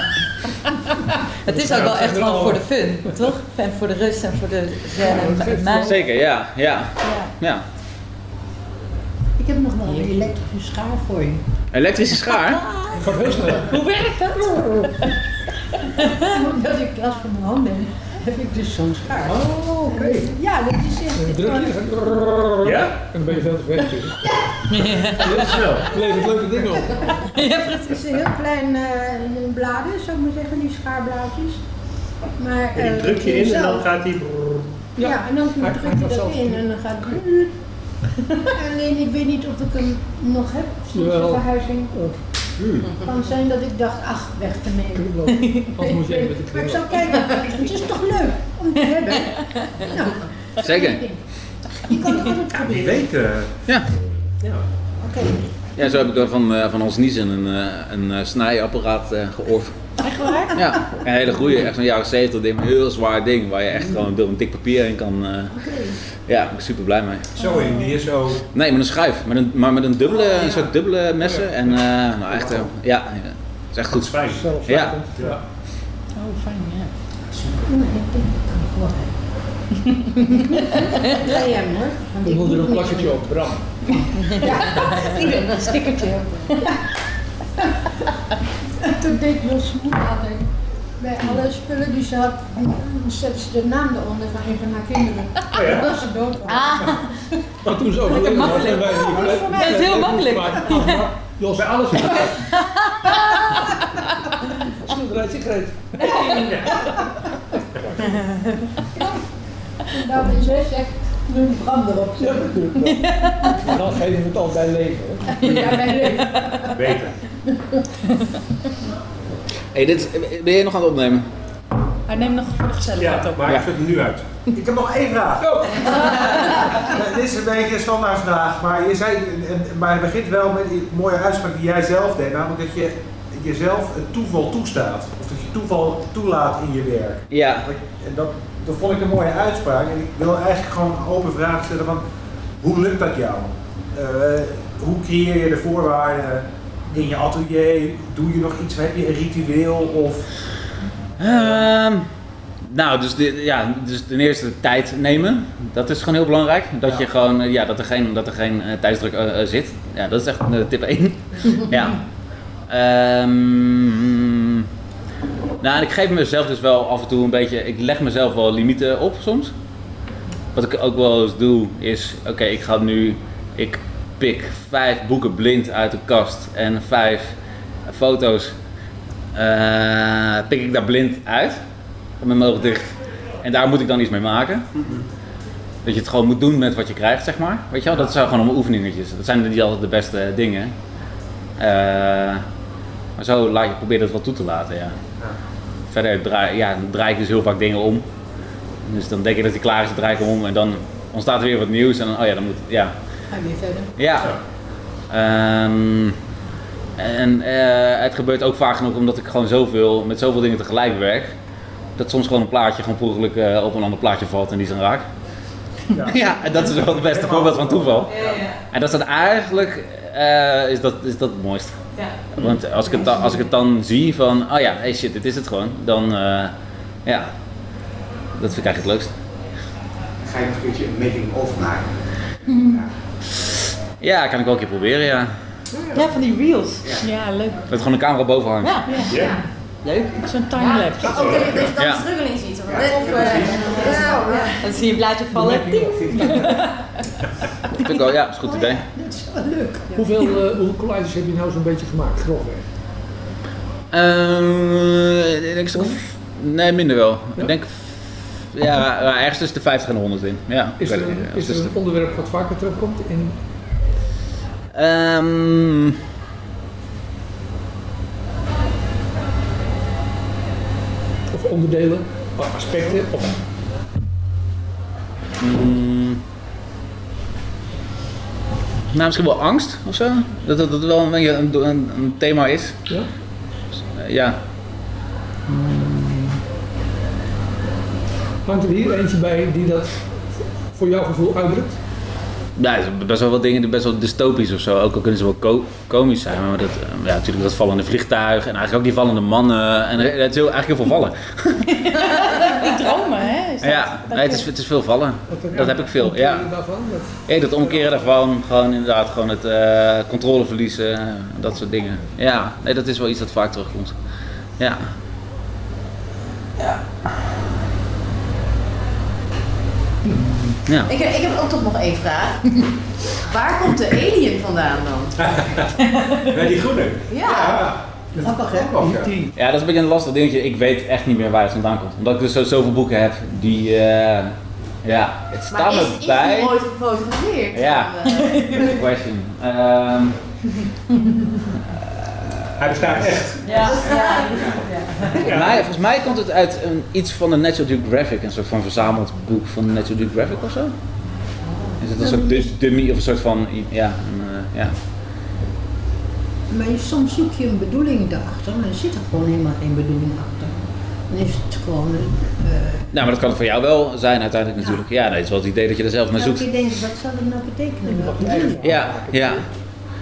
Speaker 3: Het is ook wel echt gewoon voor de fun, toch? En voor de rust en voor de zen en het maken.
Speaker 1: Zeker, ja. Ja.
Speaker 3: Ja.
Speaker 1: ja.
Speaker 7: Ik heb nog wel een elektrische schaar voor je.
Speaker 1: Elektrische schaar.
Speaker 6: Het gaat heel snel.
Speaker 3: Hoe werkt dat?
Speaker 7: Omdat ik last van mijn handen heb, heb ik dus zo'n schaar.
Speaker 6: Oh, oké.
Speaker 7: Ja, dat is echt...
Speaker 6: En dan druk je, dan gaat- En dan ben je veel te ver natuurlijk. Heel snel. Levert leuke dingen op.
Speaker 7: Het is een heel klein eh, bladen, zou ik maar zeggen, die schaarblaadjes. Maar,
Speaker 8: En die
Speaker 7: eh,
Speaker 8: druk
Speaker 7: dat
Speaker 8: je
Speaker 7: doe
Speaker 8: in en dan
Speaker 7: zelf.
Speaker 8: gaat die...
Speaker 7: Ja, en dan
Speaker 6: Hij-
Speaker 7: druk
Speaker 6: hij
Speaker 7: je
Speaker 6: gaat
Speaker 7: dat
Speaker 6: zelf.
Speaker 7: in en dan gaat het... Alleen ik weet niet of ik hem nog heb sinds de
Speaker 6: Jawel.
Speaker 7: verhuizing.
Speaker 6: Oh.
Speaker 7: kan zijn dat ik dacht, ach, weg ermee.
Speaker 6: Anders moet je even met de
Speaker 7: Maar
Speaker 6: kringel.
Speaker 7: ik zal kijken, het is toch leuk om te hebben. Nou,
Speaker 1: Zeker.
Speaker 7: Je kan het altijd
Speaker 8: Wie
Speaker 7: proberen.
Speaker 8: weet, eh,
Speaker 7: Oké,
Speaker 1: Ja, zo heb ik dan van, eh, van ons Niezen een, eh, een eh, snijapparaat eh georven.
Speaker 4: Echt waar?
Speaker 1: Ja, een hele goede, echt zo'n jaren 70 ding, een heel zwaar ding waar je
Speaker 4: Mm.
Speaker 1: echt gewoon door een dik papier heen kan. eh, ja, daar ben ik super blij mee.
Speaker 8: zo in, die is zo...
Speaker 1: Nee, met een schuif, met een, maar met een dubbele,
Speaker 4: Oh,
Speaker 1: een soort dubbele messen en eh, nou echt, eh, ja, ja, het is echt
Speaker 8: Dat is
Speaker 1: goed.
Speaker 8: fijn.
Speaker 6: Zelf
Speaker 1: Ja.
Speaker 6: zakken. ja.
Speaker 4: Oh, fijn, ja.
Speaker 7: nou, ik denk dat kan ik wel hebben. Ga jij hem, hoor. Want
Speaker 6: Ik
Speaker 7: ik
Speaker 6: moet er
Speaker 7: doe
Speaker 6: een
Speaker 7: niks
Speaker 6: plakketje op, Bram.
Speaker 4: Een stickertje.
Speaker 7: meer. Toen deed Jos moeder altijd bij alle spullen die ze had, zette ze de naam eronder van een van haar kinderen.
Speaker 8: ja?
Speaker 7: Dat ze dood was.
Speaker 8: Ah.
Speaker 6: Maar toen ze overleden was, zijn wij hier
Speaker 7: voor
Speaker 3: mij. Dat is heel makkelijk.
Speaker 6: Jos, bij alles. Schilderij sigaret.
Speaker 7: En dan mijn zus zegt, doe een brand erop.
Speaker 6: Ja, natuurlijk. wel. En dan geven we het al bij leven. hoor.
Speaker 7: Ja, bij leuk.
Speaker 8: Beter.
Speaker 1: hey, dit, ben je nog aan het opnemen?
Speaker 4: Hij neemt nog voor de gezelligheid
Speaker 8: Ja,
Speaker 4: op.
Speaker 8: maar
Speaker 1: Ja.
Speaker 8: ik zet hem nu uit. Oh.
Speaker 9: Ik heb nog één vraag. Het is een beetje een standaardvraag, maar je zei, en- maar het begint wel met die mooie uitspraak die jij zelf deed, namelijk dat je jezelf het toeval toestaat. Of dat je toeval toelaat in je werk.
Speaker 1: Ja,
Speaker 9: En dat, dat vond ik een mooie uitspraak en ik wil eigenlijk gewoon een open vraag stellen van, hoe lukt dat jou? Eh, hoe creëer je de voorwaarden in je atelier? Doe je nog iets, heb je een ritueel of...
Speaker 1: Ehm, nou, dus, de, ja, dus ten eerste de tijd nemen. Dat is gewoon heel belangrijk. Dat, je gewoon, eh, ja, dat er geen, dat er geen eh, tijdsdruk eh, eh, zit. Ja, dat is echt eh, tip 1. ja. Ehm, nou, en ik geef mezelf dus wel af en toe een beetje... Ik leg mezelf wel limieten op soms. Wat ik ook wel eens doe is... Oké, ik ga nu... Ik pik vijf boeken blind uit de kast. En vijf foto's eh, pik ik daar blind uit. Met mijn ogen dicht. En daar moet ik dan iets mee maken. Dat je het gewoon moet doen met wat je krijgt, zeg maar. Weet je wel, dat zijn gewoon allemaal oefeningetjes. Dat zijn niet altijd de beste dingen. Eh, maar zo laat je, probeer dat wel toe te laten, ja. Verder draai, ja, dan draai ik dus heel vaak dingen om. Dus dan denk ik dat die klaar is, dan draai ik hem om. En dan ontstaat er weer wat nieuws. En dan, oh ja, dan moet, ja,
Speaker 7: Ga je weer verder.
Speaker 1: ja. Ehm, en eh, het gebeurt ook vaak genoeg omdat ik gewoon zoveel, met zoveel dingen tegelijk werk. Dat soms gewoon een plaatje gewoon per ongeluk, eh, op een ander plaatje valt en die zijn raak. Ja. en dat is wel het beste voorbeeld van toeval.
Speaker 2: Ja, ja.
Speaker 1: En dat is dan eigenlijk eh, is dat, is dat het mooiste.
Speaker 2: ja.
Speaker 1: Want als ik het dan, als ik het dan zie van, oh ja, hey shit, dit is het gewoon. Dan, eh, ja, dat vind ik eigenlijk het leukst.
Speaker 9: Ga je nog een keertje een making of maken?
Speaker 1: Ja, kan ik wel een keer proberen, ja.
Speaker 3: Ja, van die reels.
Speaker 4: Ja, leuk.
Speaker 1: Dat gewoon een camera boven hangt.
Speaker 3: Ja, leuk.
Speaker 4: Zo'n timelapse.
Speaker 8: Maar ook dat dus- je dat je dan
Speaker 1: Ja.
Speaker 8: de struggeling ziet. Of, of, eh, en dan-
Speaker 3: Dan zie je een blaadje vallen. Ding.
Speaker 1: Vind ik wel, ja, is een goed idee.
Speaker 7: Dat is wel leuk.
Speaker 6: Hoeveel, eh, hoeveel collages heb je nou zo'n beetje gemaakt, grofweg?
Speaker 1: Ehm, ik denk een stuk of- nee, minder wel.
Speaker 6: Ja?
Speaker 1: Ik denk, ja, eh, ergens tussen de 50 en de 100 in. Ja,
Speaker 6: Is
Speaker 1: ik
Speaker 6: er,
Speaker 1: weet het
Speaker 6: een,
Speaker 1: niet.
Speaker 6: is er
Speaker 1: Tussen
Speaker 6: een onderwerp wat vaker terugkomt? In,
Speaker 1: de- Ehm,
Speaker 6: of onderdelen? Of aspecten? Of,
Speaker 1: mm, nou, misschien wel angst of zo. Dat dat, dat wel een, beetje een, een, een thema is.
Speaker 6: ja?
Speaker 1: Eh, ja.
Speaker 6: Hangt er hier eentje bij die dat voor jouw gevoel uitdrukt?
Speaker 1: Ja, er zijn best wel wat dingen die best wel dystopisch of zo. Ook al kunnen ze wel ko- komisch zijn. Maar dat, eh, ja, natuurlijk dat vallende vliegtuig en eigenlijk ook die vallende mannen. En er- het is heel, eigenlijk heel veel vallen.
Speaker 4: Die dromen, hè? Is dat-
Speaker 1: Ja,
Speaker 4: dat
Speaker 1: nee, het,
Speaker 4: je-
Speaker 1: is, het is veel vallen.
Speaker 6: Wat er-
Speaker 1: Dat heb ik veel,
Speaker 6: wat
Speaker 1: ja.
Speaker 6: je daarvan? Dat-
Speaker 1: Ja, dat omkeren daarvan, gewoon inderdaad, gewoon het eh, controle verliezen, eh, dat soort dingen. Ja, nee, dat is wel iets dat vaak terugkomt. Ja. Ja.
Speaker 8: Ik, heb- ik heb ook toch nog één vraag. Waar komt de alien vandaan dan?
Speaker 9: Bij die groene.
Speaker 8: Ja.
Speaker 9: Grappig, hè? Grappig, ja.
Speaker 1: Ja, dat is een beetje een lastig dingetje. Ik weet echt niet meer waar het vandaan komt. Omdat ik dus zo, zoveel boeken heb die, eh, ja, het
Speaker 8: Maar
Speaker 1: staat
Speaker 8: is,
Speaker 1: me
Speaker 8: is
Speaker 1: bij.
Speaker 8: die ooit gefotografeerd?
Speaker 1: Ja.
Speaker 8: Dan, eh,
Speaker 1: Good question. Ehm,
Speaker 5: Hij bestaat echt.
Speaker 3: Ja, ja.
Speaker 1: volgens, mij, volgens mij komt het uit een, iets van de National Geographic, een soort van verzameld boek van de National Geographic of zo. Is het een soort dus dummy of een soort van, ja, een, eh, ja.
Speaker 7: Maar je- soms zoek je een bedoeling erachter, maar er zit er gewoon helemaal geen bedoeling achter. Dan is het gewoon. eh
Speaker 1: Nou, maar dat kan het voor jou wel zijn uiteindelijk natuurlijk. Ja, nee, het is wel het idee dat je er zelf naar
Speaker 7: elke
Speaker 1: zoekt.
Speaker 7: keer denk je, wat zou dat nou betekenen? Wat bedoeling?
Speaker 1: Ja, ja,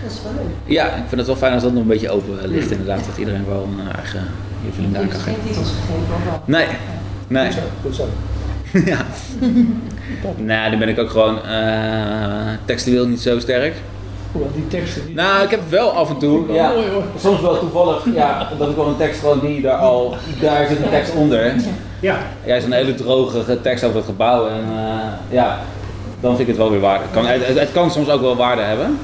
Speaker 7: Dat is wel leuk.
Speaker 1: ja, ik vind het wel fijn als dat nog een beetje open eh, ligt inderdaad. Dat iedereen wel een eh, eigen invulling aan kan geven.
Speaker 2: geen titels gegeven, of wel?
Speaker 1: Nee, nee.
Speaker 6: Goed zo, goed zo.
Speaker 1: ja. Nou, dan ben ik ook gewoon eh textueel niet zo sterk.
Speaker 6: Hoewel die teksten... Die
Speaker 1: Nou, ik heb wel af en toe. Ja,
Speaker 6: Mooi hoor.
Speaker 1: soms wel toevallig, ja, dat ik wel een tekst gewoon die daar al, daar zit een tekst onder.
Speaker 5: Ja.
Speaker 1: Ja, zo'n hele droge ge- tekst over het gebouw en eh, ja, dan vind ik het wel weer waarde. Het kan, het, het- het kan soms ook wel waarde hebben.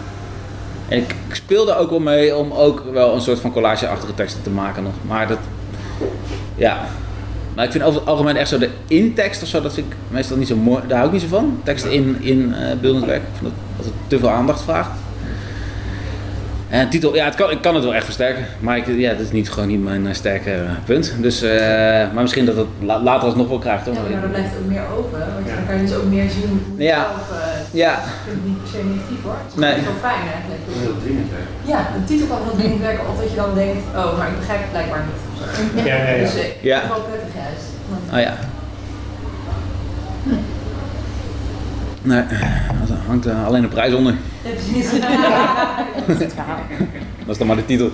Speaker 1: En ik, ik speel daar ook wel mee om ook wel een soort van collageachtige teksten te maken nog. Maar dat, ja. Maar ik vind over het algemeen echt zo de intekst of zo, dat vind ik meestal niet zo mooi. Daar hou ik niet zo van. Teksten in, in eh beeldend werk, ik vind dat, dat het te veel aandacht vraagt. En titel, ja, het kan, ik kan het wel echt versterken. Maar ik, ja, dat is niet, gewoon niet mijn eh, sterke eh, punt. Dus, eh, maar misschien dat het la- later alsnog wel krijgt. Hoor.
Speaker 2: Ja, maar dan blijft het ook meer open, want dan kan je dus ook meer zien hoe je
Speaker 1: Ja.
Speaker 2: zelf... eh,
Speaker 1: Ja,
Speaker 2: ik vind het niet per se negatief hoor. Het is
Speaker 1: Nee.
Speaker 2: gewoon heel fijn eigenlijk. Ja, de titel kan wel dringend werken of dat je dan denkt, oh, maar ik begrijp het blijkbaar niet.
Speaker 5: Ja, ja, ja.
Speaker 2: Dus eh,
Speaker 1: Ja.
Speaker 2: ik vind het wel prettig juist. Want
Speaker 1: oh ja. Nee, er hangt eh, alleen een prijs onder.
Speaker 2: Ja, precies.
Speaker 1: Dat is dan maar de titel.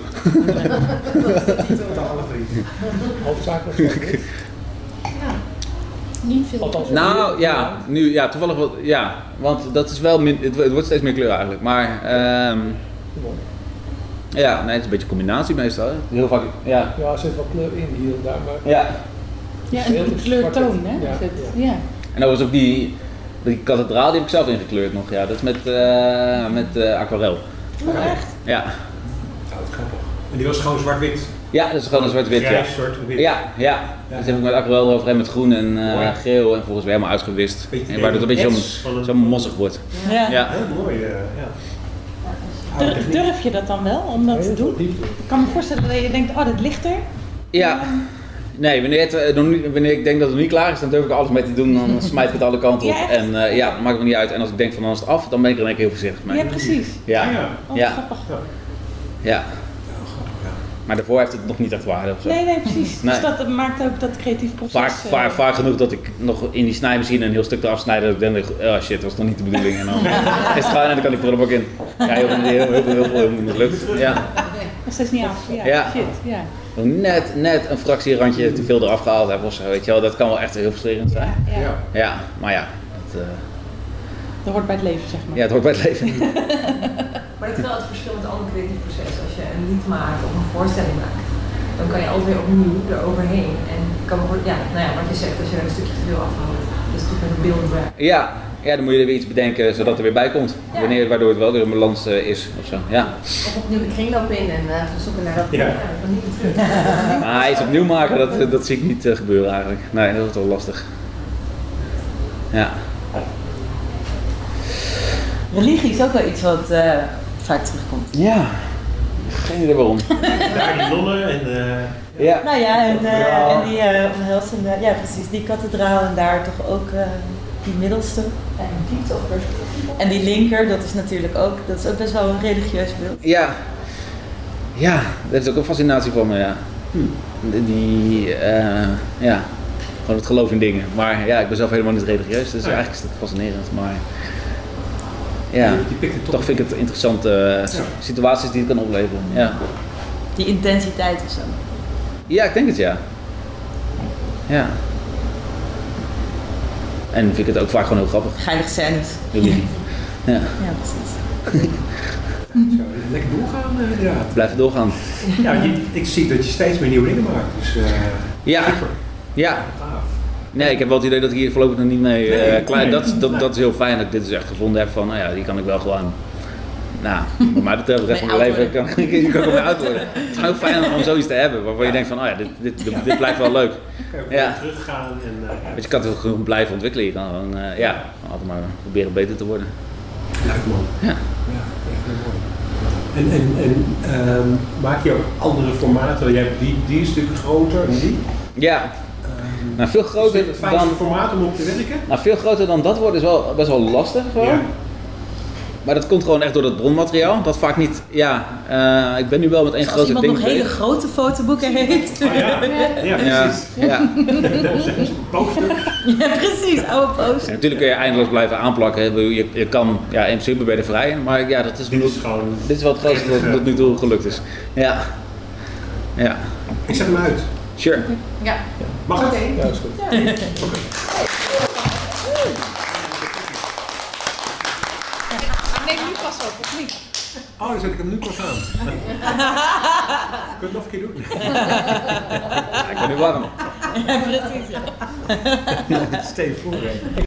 Speaker 6: Hoofdzakelijk.
Speaker 7: Niet veel.
Speaker 6: Althans,
Speaker 1: Nou ja, nu ja, toevallig wel, ja. Want dat is wel, min, het, het wordt steeds meer kleur eigenlijk. Maar ehm ja, nee, het is een beetje een combinatie meestal. hè. Heel vaak, ja.
Speaker 6: Ja, er zit wat kleur in hier en daar, maar...
Speaker 1: Ja,
Speaker 4: Ja, een kleurtoon, hè?
Speaker 6: Ja,
Speaker 4: is het.
Speaker 6: ja.
Speaker 4: ja.
Speaker 1: En overigens ook die, die kathedraal, die heb ik zelf ingekleurd nog. Ja, dat is met, eh, met eh, aquarel.
Speaker 3: Oh,
Speaker 4: echt?
Speaker 1: Ja.
Speaker 5: Nou, wat grappig. En die was gewoon zwart-wit.
Speaker 1: ja, dat is gewoon een zwart-wit. Ja.
Speaker 5: Grijs, zwart en wit.
Speaker 1: Ja, ja. Dus heb ik met aquarel eroverheen met groen en eh,
Speaker 5: Mooi.
Speaker 1: geel en volgens mij helemaal uitgewist.
Speaker 5: Beetje
Speaker 1: En waardoor het een beetje
Speaker 5: Yes.
Speaker 1: zo, zo mossig wordt.
Speaker 4: Ja.
Speaker 1: Ja.
Speaker 5: Heel mooi, eh, ja.
Speaker 4: Dur- durf je dat dan wel om dat te
Speaker 6: heel
Speaker 4: doen?
Speaker 6: diep.
Speaker 4: Ik kan me voorstellen dat je denkt, oh, dat ligt er.
Speaker 1: Ja. Nee, wanneer, het, eh, nog niet- wanneer ik denk dat het niet klaar is, dan durf ik er alles mee te doen. Dan smijt ik het alle kanten op.
Speaker 4: Ja, echt?
Speaker 1: en eh, ja, dat maakt me niet uit. En als ik denk van dan is het af, dan ben ik er in één keer heel voorzichtig mee.
Speaker 4: Ja, precies.
Speaker 5: Ah,
Speaker 1: Ja.
Speaker 5: ja.
Speaker 4: Oh,
Speaker 1: Ja.
Speaker 4: grappig.
Speaker 1: ja.
Speaker 5: Heel grappig, ja.
Speaker 1: Maar daarvoor heeft het nog niet echt waarde of zo.
Speaker 4: Nee, nee, precies.
Speaker 1: Nee.
Speaker 4: Dus dat maakt ook dat creatief proces...
Speaker 1: Vaak,
Speaker 4: eh,
Speaker 1: vaak, vaak genoeg dat ik nog in die snijmachine een heel stuk eraf snijd. Dat ik denk, oh shit, dat was nog niet de bedoeling. En dan is het gewoon en dan kan ik prullenbak in. Ja, heel veel, heel veel, heel veel, heel veel, heel moeilijk lukt. Ja.
Speaker 4: Nog steeds niet af. Ja,
Speaker 1: Ja.
Speaker 4: shit. Ja.
Speaker 1: Net, net een fractierandje te veel eraf gehaald heb of zo, weet je wel. Dat kan wel echt heel frustrerend zijn.
Speaker 4: Ja.
Speaker 1: Ja, maar ja. Dat, eh,
Speaker 4: Dat Dat hoort bij het leven, zeg maar.
Speaker 1: Ja, het hoort bij het leven.
Speaker 2: Maar dat is wel het verschil met andere creatief processen. Als je een lied maakt of een voorstelling maakt, dan kan je altijd weer opnieuw eroverheen. En kan, bijvoorbeeld- ja, nou ja, wat je zegt, als je er een stukje te veel afhaalt, dat is natuurlijk een beeldend werk.
Speaker 1: Ja, ja, dan moet je er weer iets bedenken zodat er weer bij komt.
Speaker 2: Ja.
Speaker 1: Wanneer, waardoor het wel weer een balans eh, is of zo. Ja.
Speaker 8: Of opnieuw de kringloop in en eh, gaan zoeken naar dat.
Speaker 5: Ja.
Speaker 2: Ja, dat kan niet meer terug.
Speaker 1: Maar hij is opnieuw maken, dat, eh, dat zie ik niet eh, gebeuren eigenlijk. Nee, dat is wel lastig. Ja.
Speaker 3: Religie is ook wel iets wat eh, vaak terugkomt.
Speaker 1: Ja. Geen idee waarom.
Speaker 10: Daar die nonnen en eh,
Speaker 1: Ja.
Speaker 3: Nou ja, en, eh,
Speaker 10: Ja.
Speaker 3: en die eh, omhelzende, ja precies, die kathedraal en daar toch ook eh, die middelste. En die linker, dat is natuurlijk ook, dat is ook best wel een religieus beeld.
Speaker 1: Ja. Ja, dat is ook een fascinatie voor me, ja. Hm. Die- Die, eh, ja, gewoon het geloof in dingen. Maar ja, ik ben zelf helemaal niet religieus, dus
Speaker 5: Ah, ja.
Speaker 1: eigenlijk is dat fascinerend. Maar ja,
Speaker 5: Die, die pikt het
Speaker 1: toch vind ik het interessante eh,
Speaker 5: Ja.
Speaker 1: situaties die het kan opleveren. Ja.
Speaker 3: Die intensiteit of zo.
Speaker 1: ja, ik denk het ja. Ja. En vind ik het ook vaak gewoon heel grappig.
Speaker 3: Geilige scènes.
Speaker 1: Jullie. Ja,
Speaker 3: Ja, precies.
Speaker 5: Zo, lekker doorgaan eh, inderdaad.
Speaker 1: blijven doorgaan.
Speaker 5: Ja, je- ik zie dat je steeds meer nieuwe dingen maakt. Dus eh,
Speaker 1: Ja,
Speaker 5: super.
Speaker 1: ja.
Speaker 5: Gaaf.
Speaker 1: Nee, ik heb wel het idee dat ik hier voorlopig nog niet mee eh,
Speaker 5: Nee,
Speaker 1: klaar
Speaker 5: nee.
Speaker 1: Dat, dat, dat is heel fijn dat ik dit dus echt gevonden heb van, nou ja, die kan ik wel gewoon, nou, wat mij betreft, de rest van
Speaker 3: Mee
Speaker 1: mijn
Speaker 3: oud
Speaker 1: leven kan, kan ik ook op mijn oud worden. Het is gewoon fijn om zoiets te hebben waarvan je denkt van, oh ja, dit, dit, dit, dit blijft wel leuk.
Speaker 10: weer
Speaker 1: Ja.
Speaker 10: teruggaan. En, eh, ja.
Speaker 1: Want je kan het ook gewoon blijven ontwikkelen. Je kan gewoon, eh, ja, altijd maar proberen beter te worden.
Speaker 5: Leuk man.
Speaker 1: Ja.
Speaker 5: Ja, echt heel mooi. En, en, en ehm, maak je ook andere formaten? Jij hebt die, die een stuk groter en die.
Speaker 1: Ja,
Speaker 5: Ehm,
Speaker 1: nou veel
Speaker 5: is
Speaker 1: groter
Speaker 5: dit het fijnste
Speaker 1: dan,
Speaker 5: formaat om op te werken?
Speaker 1: nou, veel groter dan dat worden is wel best wel lastig gewoon.
Speaker 5: Ja.
Speaker 1: Maar dat komt gewoon echt door dat bronmateriaal. Dat vaak niet, ja, eh, ik ben nu wel met één
Speaker 3: Als
Speaker 1: grote
Speaker 3: iemand
Speaker 1: ding
Speaker 3: nog hele
Speaker 1: bezig.
Speaker 3: grote fotoboeken heeft.
Speaker 5: Ah, ja. ja,
Speaker 1: Ja,
Speaker 5: precies.
Speaker 1: ja.
Speaker 5: Dat is een poster.
Speaker 3: Ja, precies, oude
Speaker 1: En
Speaker 3: posters.
Speaker 1: natuurlijk kun je eindeloos blijven aanplakken. hè. Ik bedoel, Je, je kan, ja, in principe ben je er vrij in, maar ja, dat is,
Speaker 10: Dit is
Speaker 1: dit
Speaker 10: gewoon
Speaker 1: is wel het grootste wat tot nu toe gelukt is. Ja. Ja,
Speaker 5: Ik zet hem uit.
Speaker 1: sure.
Speaker 4: Ja.
Speaker 5: Mag het?
Speaker 6: Ja, dat is goed.
Speaker 4: Ik neem nu vast op, of niet?
Speaker 5: Oh, dan zet ik hem nu pas aan. Kun je het nog een keer doen?
Speaker 1: Ja, ik ben nu warm.
Speaker 3: Ja, precies. ja.
Speaker 5: Stay voor. hè.